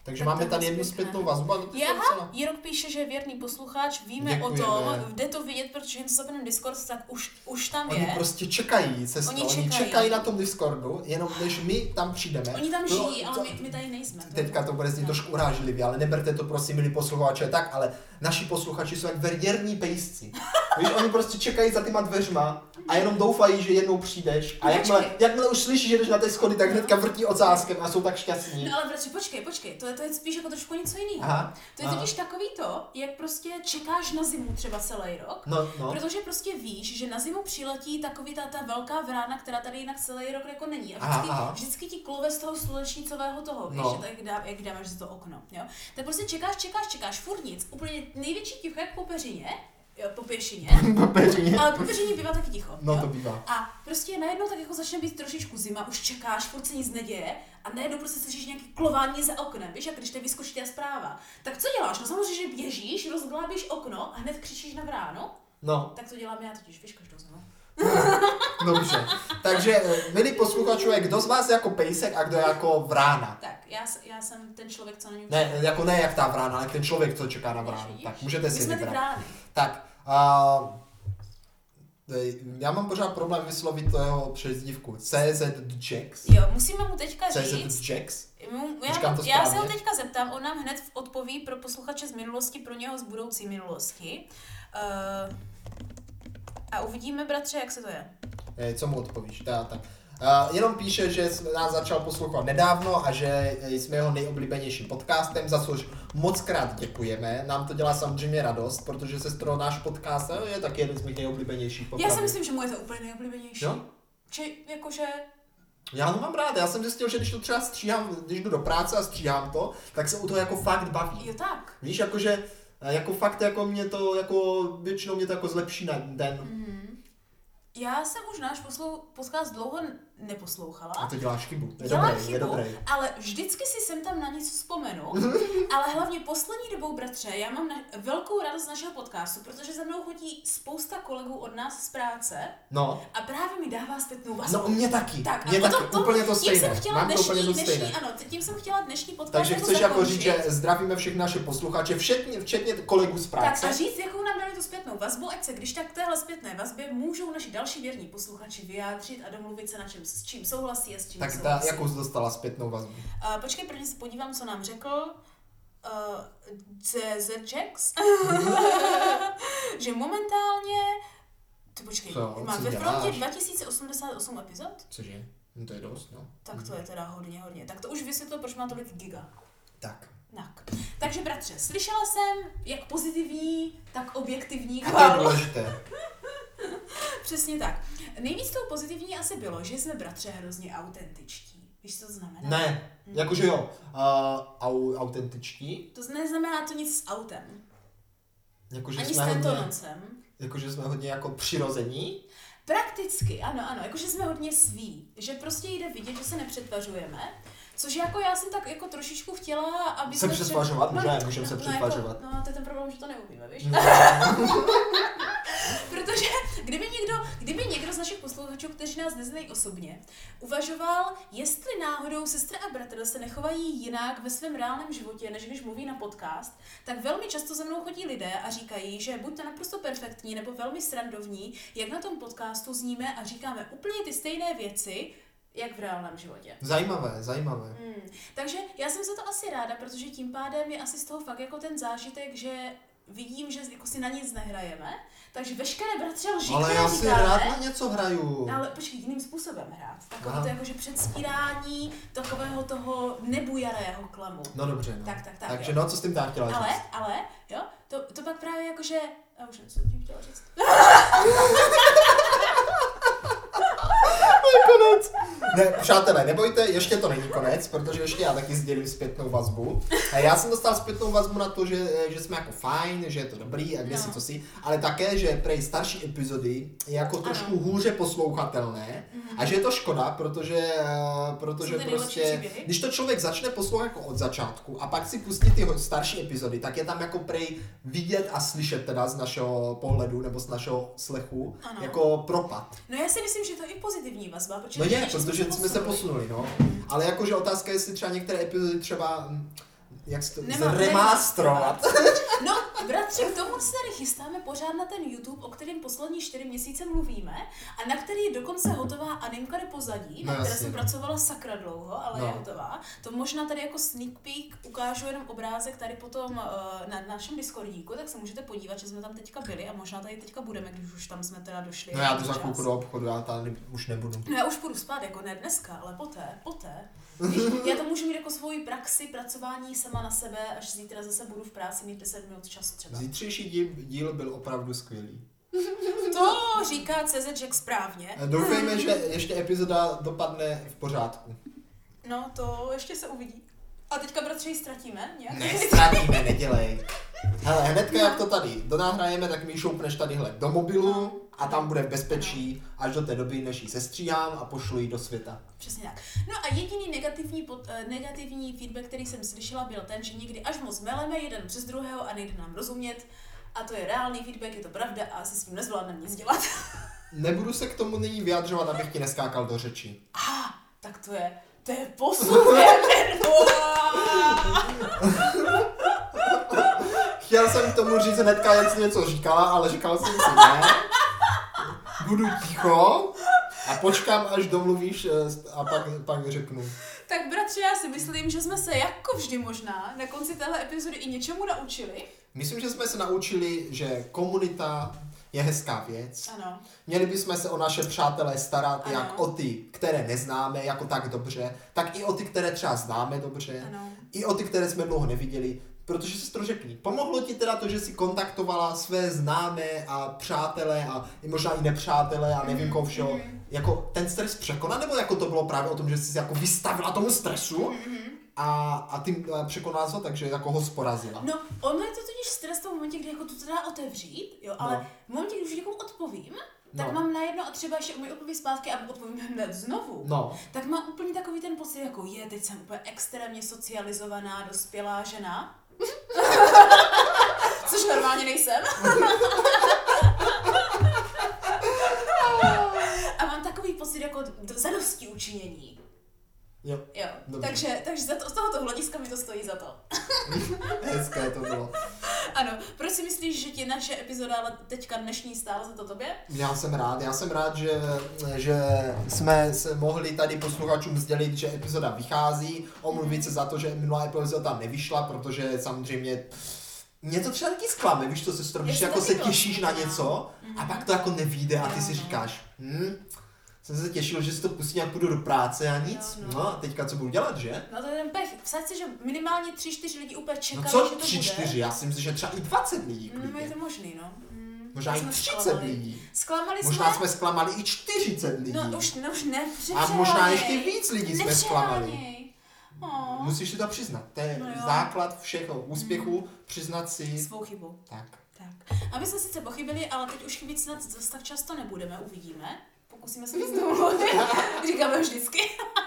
S1: Takže
S2: Tak
S1: máme
S2: to
S1: tady
S2: je
S1: jednu
S2: pěkné.
S1: zpětnou vazbu. a to je
S2: Jaha,
S1: docela-
S2: Jirok píše, že je věrný posluchač, víme o
S1: Děkujeme.
S2: tom, jde to vidět, protože je to zapenem Discord, tak už, už tam
S1: Oni
S2: je.
S1: prostě čekají, sestro. Oni
S2: Oni
S1: čekají.
S2: čekají.
S1: na tom Discordu, jenom než my tam přijdeme.
S2: Oni tam
S1: No,
S2: žijí, ale
S1: co-
S2: my, my tady nejsme.
S1: Teďka to bude znít trošku urážlivě, ale neberte to prosím, milí posluchače, tak, ale naši posluchači jsou jak verněrní pejsci. Víš, oni prostě čekají za těma dveřma a jenom doufají, že jednou přijdeš. A
S2: No,
S1: jakmile,
S2: počkej.
S1: jakmile už slyší, že jdeš na té schody, tak hnedka vrtí ocáskem a jsou tak šťastní.
S2: No ale bratře, počkej, počkej, to je, to je spíš jako trošku něco jiného.
S1: Aha,
S2: To je
S1: aha.
S2: totiž takový to, jak prostě čekáš na zimu třeba celý rok,
S1: No, no.
S2: Protože prostě víš, že na zimu přiletí takový ta, ta velká vrána, která tady jinak celý rok jako není. A
S1: Aha,
S2: vždycky,
S1: aha.
S2: vždycky ti klove z toho slunečnicového toho, víš,
S1: No.
S2: no. jak, dá, jak dáváš za to okno. Jo? Tak prostě čekáš, čekáš, čekáš, furt nic. Úplně největší ticho jak po peřině, jo, po pěšině,
S1: Papeřně.
S2: ale po peřině bývá taky ticho.
S1: No
S2: jo?
S1: to bývá.
S2: A prostě najednou tak jako začne být trošičku zima, už čekáš, furt se nic neděje a najednou prostě slyšíš nějaký klování za oknem, víš, a když te vyskočí ta zpráva. Tak co děláš? No samozřejmě, že běžíš, rozglábíš okno a hned křičíš na vráno.
S1: No,
S2: Tak to dělám já totiž, víš, každou zimu.
S1: dobře. Takže, eh, milí posluchačové, kdo z vás je jako pejsek a kdo je jako vrána?
S2: Tak, já, s- já jsem ten člověk, co na něm
S1: Ne, jako ne jak ta vrána, ale ten člověk, co čeká na vránu.
S2: Ježíš.
S1: Tak můžete
S2: My
S1: si
S2: jsme ty
S1: vybrat.
S2: brány.
S1: Tak, a... e, Já mám pořád problém vyslovit to jeho přezdívku. CZ Jax.
S2: Jo, musíme mu teďka říct.
S1: CZ Jax.
S2: mu-
S1: Říkám
S2: Já,
S1: to
S2: já se ho
S1: správně?
S2: teďka zeptám, on nám hned odpoví pro posluchače z minulosti, pro něho z budoucí minulosti. Uh, a uvidíme, bratře, jak se to je.
S1: E, Co mu odpovíš? Ta, tak. A jenom píše, že jsme nás začal poslouchat nedávno a že e, jsme jeho nejoblíbenějším podcastem, za což moc krát děkujeme. Nám to dělá samozřejmě radost, protože se z náš podcast e, je taky jeden z mých nejoblíbenějších
S2: Já
S1: podcastů.
S2: si myslím, že mu je to úplně nejoblíbenější.
S1: Jo?
S2: Či jakože...
S1: Já ho mám rád, já jsem zjistil, že když to třeba stříhám, když jdu do práce a stříhám to, tak se u toho jako fakt baví.
S2: Jo, tak.
S1: Víš, jakože, jako fakt, jako mě to, jako většinou mě to jako zlepší na den.
S2: No. Já jsem už náš poslou, podcast dlouho n- neposlouchala.
S1: A to děláš chybu. Je
S2: Dělám
S1: dobré,
S2: chybu,
S1: je dobré.
S2: ale vždycky si sem tam na něco vzpomenu. ale hlavně poslední dobou, bratře, já mám na, velkou radost z našeho podcastu, protože za mnou chodí spousta kolegů od nás z práce
S1: No,
S2: a právě mi dává zpětnou vazbu.
S1: no mě taky.
S2: tak,
S1: mě
S2: a
S1: taky,
S2: potom to,
S1: úplně to
S2: tím jsem
S1: stejné.
S2: chtěla
S1: Mám to
S2: dnešní,
S1: úplně to
S2: dnešní,
S1: stejné.
S2: ano, tím jsem chtěla dnešní podcast
S1: Takže
S2: jako
S1: chceš jako říct,
S2: zakončit.
S1: že zdravíme všechny naše posluchače, včetně, včetně kolegů z
S2: Tak
S1: práce.
S2: a říct, jakou nám dali tu zpětnou vazbu, ať se když tak k téhle zpětné vazbě můžou naši další věrní posluchači vyjádřit a domluvit se na čem, s čím souhlasí a s čím
S1: tak ta,
S2: souhlasí.
S1: jakou jsi dostala zpětnou vazbu?
S2: Uh, počkej, prvně se podívám, co nám řekl uh, CZ Jax, že momentálně, ty počkej,
S1: Co, co
S2: má ve
S1: děláš?
S2: frontě 2088 epizod?
S1: Cože? No to je dost, no.
S2: Tak to je teda hodně, hodně. Tak to už vysvětlil, proč má tolik giga.
S1: Tak.
S2: Tak. Takže bratře, slyšela jsem jak pozitivní, tak objektivní
S1: A to je
S2: chválu.
S1: důležité.
S2: Přesně tak. Nejvíc toho pozitivní asi bylo, že jsme bratře hrozně autentičtí. Víš, co to znamená?
S1: Ne,
S2: Mm.
S1: jakože jo, uh, au, autentičtí,
S2: To neznamená to nic s autem.
S1: jakože
S2: Ani s
S1: jsme, hodně,
S2: tenoncem.
S1: jakože jsme hodně jako přirození,
S2: Prakticky, ano, ano, jakože jsme hodně sví, že prostě jde vidět, že se nepřetvařujeme, což jako já jsem tak jako trošičku chtěla, aby
S1: Se
S2: jsme...
S1: přetvařovat? Můžeme, můžeme se přetvařovat.
S2: Jako, no, to je ten problém, že to neumíme, víš?
S1: No,
S2: Protože kdyby někdo, kdyby někdo z našich posluchačů, kteří nás neznají osobně, uvažoval, jestli náhodou sestra a bratr se nechovají jinak ve svém reálném životě, než když mluví na podcast, tak velmi často za mnou chodí lidé a říkají, že buď to naprosto perfektní nebo velmi srandovní, jak na tom podcastu zníme a říkáme úplně ty stejné věci, jak v reálném životě.
S1: Zajímavé, zajímavé.
S2: Hmm. Takže já jsem za to asi ráda, protože tím pádem je asi z toho fakt jako ten zážitek, že vidím, že jako si na nic nehrajeme, takže veškeré bratře lži,
S1: Ale
S2: které
S1: já si
S2: říkáme,
S1: rád na něco hraju.
S2: ale počkej, jiným způsobem hrát. Takové
S1: Aha.
S2: to jakože předstírání takového toho nebujarého klamu.
S1: No dobře, no.
S2: Tak, tak, tak,
S1: Takže
S2: jo.
S1: no, co s tím dá chtěla
S2: Ale,
S1: říct?
S2: ale, jo, to, to pak právě jakože, já už nevím, co jsem tím chtěla říct.
S1: Ne, přátelé, nebojte, ještě to není konec, protože ještě já taky sdělím zpětnou vazbu. A já jsem dostal zpětnou vazbu na to, že, že jsme jako fajn, že je to dobrý a kde si
S2: No.
S1: co si, ale také, že prej starší epizody je jako trošku hůře poslouchatelné a že je to škoda, protože, eh, protože
S2: Mhm. Jsou ty nejlepší
S1: prostě,
S2: příběhy?
S1: když to člověk začne poslouchat jako od začátku a pak si pustí ty ho- starší epizody, tak je tam jako prej vidět a slyšet teda z našeho pohledu nebo z našeho slechu
S2: Ano.
S1: jako propad.
S2: No já si myslím, že to je i pozitivní vazba, protože...
S1: No je,
S2: vidíš, že
S1: protože jsme se posunuli, no. Ale jakože otázka je, jestli třeba některé epizody třeba, hm, jak se to,
S2: Nemám-
S1: zremastrovat.
S2: No, bratře, k tomu se tady chystáme pořád na ten YouTube, o kterém poslední čtyři měsíce mluvíme a na který je dokonce hotová animka do pozadí,
S1: No
S2: na které
S1: jasně.
S2: jsem pracovala sakra dlouho, ale
S1: No.
S2: je hotová. To možná tady jako sneak peek ukážu jenom obrázek tady potom eh, na našem Discordíku, tak se můžete podívat, že jsme tam teďka byli a možná tady teďka budeme, když už tam jsme teda došli.
S1: No já jdu
S2: Čas.
S1: za chvilku do obchodu, já tady už nebudu.
S2: No já už půjdu spát, jako ne dneska, ale poté, poté. Víš, já to můžu mít jako svoji praxi, pracování sama na sebe, až zítra zase budu v práci mít 10 minut času třeba.
S1: Zítřejší díl, díl byl opravdu skvělý.
S2: To říká CZček správně.
S1: A Doufejme, že ještě epizoda dopadne v pořádku.
S2: No to ještě se uvidí. A teďka bratře ji ztratíme nějak?
S1: Ne, ztratíme, nedělej. Hele, hnedka jak to tady donahrajeme, tak mi ji šoupneš tadyhle do mobilu a tam bude v bezpečí až do té doby, než ji sestříhám a pošlu ji do světa.
S2: Přesně tak. No a jediný negativní, pod, eh, negativní feedback, který jsem slyšela, byl ten, že někdy až moc meleme jeden přes druhého a nejde nám rozumět. A to je reálný feedback, je to pravda a asi s tím nezvládneme nic dělat.
S1: Nebudu se k tomu nyní vyjadřovat, abych ti neskákal do řeči.
S2: A tak to je, to je posun, je
S1: Chtěl jsem k tomu říct hnedka, jak jsi něco říkala, ale říkal jsem si ne. Budu ticho a počkám, až domluvíš eh, a pak, pak řeknu.
S2: Tak bratře, já si myslím, že jsme se jako vždy možná na konci téhle epizody i něčemu naučili.
S1: Myslím, že jsme se naučili, že komunita je hezká věc.
S2: Ano.
S1: Měli bychom se o naše přátelé starat
S2: Ano.
S1: jak o ty, které neznáme jako tak dobře, tak i o ty, které třeba známe dobře,
S2: Ano.
S1: i o ty, které jsme dlouho neviděli. Protože se to řekni, pomohlo ti teda to, že jsi kontaktovala své známé a přátelé a i možná i nepřátelé a
S2: Mhm,
S1: nevím koho všeho, jako ten stres překonat, nebo jako to bylo právě o tom, že jsi se jako vystavila tomu stresu
S2: Mhm,
S1: a, a ty eh, překonala to, takže jako ho sporazila.
S2: No, ono je to totiž stres v tom momentě, kdy jako to se dá otevřít, jo, ale
S1: No.
S2: v momentě, když už někomu odpovím, tak
S1: No.
S2: mám najednou a třeba ještě umí odpověď zpátky a odpovím hned znovu.
S1: No,
S2: Tak mám úplně takový ten pocit, jako je, teď jsem úplně extrémně socializovaná, dospělá žena. Což normálně nejsem. a mám takový pocit jako d- zadosti učinění.
S1: jo,
S2: Jo.
S1: Dobře.
S2: Takže, takže za to, z tohoto hlediska mi to stojí za to.
S1: hezké to bylo.
S2: Ano, proč si myslíš, že ti naše epizoda, ale teďka dnešní stála za to tobě?
S1: Já jsem rád, já jsem rád, že, že jsme se mohli tady posluchačům sdělit, že epizoda vychází, omluvit se za to, že minulá epizoda nevyšla, protože samozřejmě pff, mě to třeba taky zklame, víš co, sestro, když
S2: Jestli
S1: jako
S2: to
S1: se
S2: bylo. no. Mhm.
S1: těšíš na něco a pak to jako nevíde a ty si
S2: Jo, no.
S1: říkáš, hm, jsem se těšil, že si to pustím, jak půjdu do práce a nic,
S2: Jo, no.
S1: no a teďka co budu dělat, že?
S2: No to je ten pech. Vsaď si, že minimálně tři, čtyři lidi úplně
S1: No
S2: čekali,
S1: co,
S2: že to
S1: tři,
S2: bude.
S1: čtyři, já si myslím, že třeba i 20 lidí
S2: No, je
S1: klidně,
S2: to možný, no. Mm,
S1: možná i
S2: jsme
S1: 30
S2: zklamali.
S1: lidí,
S2: Zklamali
S1: možná
S2: jsme.
S1: jsme zklamali i 40 lidí.
S2: No už, no, už ne,
S1: A možná ještě
S2: nepřežáněj.
S1: víc lidí jsme
S2: Nepřeháněj.
S1: zklamali.
S2: Aw,
S1: Musíš si to přiznat. To je
S2: No jo. Hmm.
S1: základ všeho úspěchu, přiznat si.
S2: Svou chybu.
S1: Tak.
S2: Tak. A my jsme sice pochybili, ale teď už chybit snad zase tak často nebudeme, uvidíme. Pokusíme se víc domluvit, říkáme vždycky.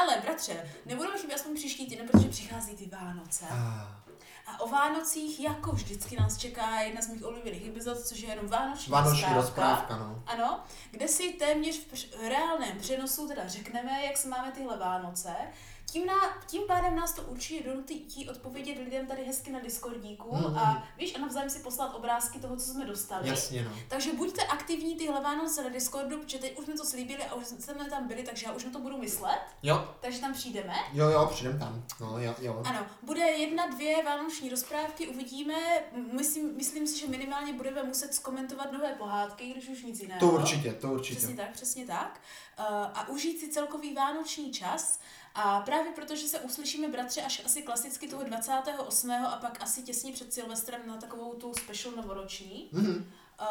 S2: ale bratře, nebudeme chybět aspoň příští týden, protože přichází ty Vánoce.
S1: Ah,
S2: A o Vánocích, jako vždycky, nás čeká jedna z mých oblíbených epizod, což je jenom Vánoční,
S1: Vánoční rozprávka, no.
S2: Ano, kde si téměř v př- v reálném přenosu teda řekneme, jak se máme tyhle Vánoce, tím, na, tím pádem nás to určitě donutí odpovědět lidem tady hezky na Discordíku
S1: Mhm.
S2: a víš, a navzájem si poslat obrázky toho, co jsme dostali.
S1: Jasně, no.
S2: Takže buďte aktivní tyhle Vánoce na Discordu, protože teď už jsme to slíbili a už jsme tam byli, takže já už na to budu myslet,
S1: Jo,
S2: takže tam přijdeme.
S1: jo, jo, přijdem tam. No, jo, jo.
S2: Ano, bude jedna, dvě vánoční rozprávky, uvidíme. M- Myslím, myslím si, že minimálně budeme muset zkomentovat nové pohádky, když už nic jiného.
S1: To určitě, to určitě.
S2: Přesně tak, přesně tak. Eh, A užít si celkový vánoční čas. A právě protože se uslyšíme, bratře, až asi klasicky toho 28. a pak asi těsně před Silvestrem na takovou tu special novoroční,
S1: Mhm.
S2: eh,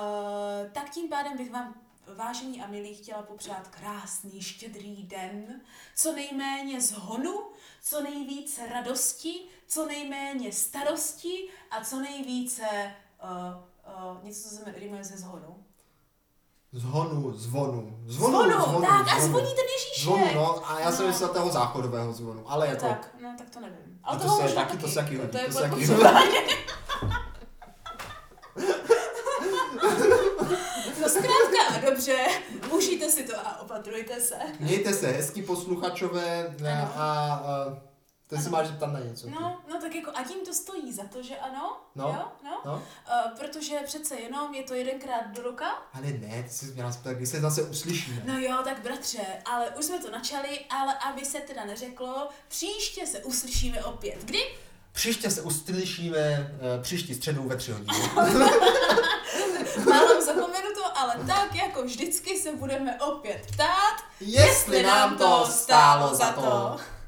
S2: tak tím pádem bych vám vážení a milí chtěla popřát krásný štědrý den, co nejméně zhonu, co nejvíce radosti, co nejméně starosti a co nejvíce uh, uh, něco, co se rýmuje se zhonou.
S1: Zvonu, zvonu, zvonu,
S2: Zvonu,
S1: zvonu, zvonu
S2: tak a zvoní ten Ježíšek.
S1: Zvonu, no, a já jsem
S2: No.
S1: myslel toho záchodového zvonu, ale jako,
S2: Tak, no tak to nevím. Ale
S1: to
S2: toho
S1: se-
S2: možná
S1: taky- to se taky hodí,
S2: To je
S1: to se taky
S2: podpotřebování. No zkrátka, dobře, užijte si to a opatrujte se.
S1: mějte se hezky posluchačové a,
S2: Ano.
S1: a, a ten se máš zeptat na něco. ty.
S2: No, no tak jako a tím to stojí za to, že ano?
S1: No.
S2: Jo? No?
S1: no.
S2: Uh, protože přece jenom je to jedenkrát do roka.
S1: Ale ne, ty jsi měla zeptat, když se zase uslyšíme.
S2: No jo, tak bratře, ale už jsme to načali, ale aby se teda neřeklo, příště se uslyšíme opět. Kdy?
S1: Příště se uslyšíme eh, příští středu ve tři hodiny.
S2: Málem zapomenu to, ale tak jako vždycky se budeme opět ptát,
S1: Jestli nám to stálo za to.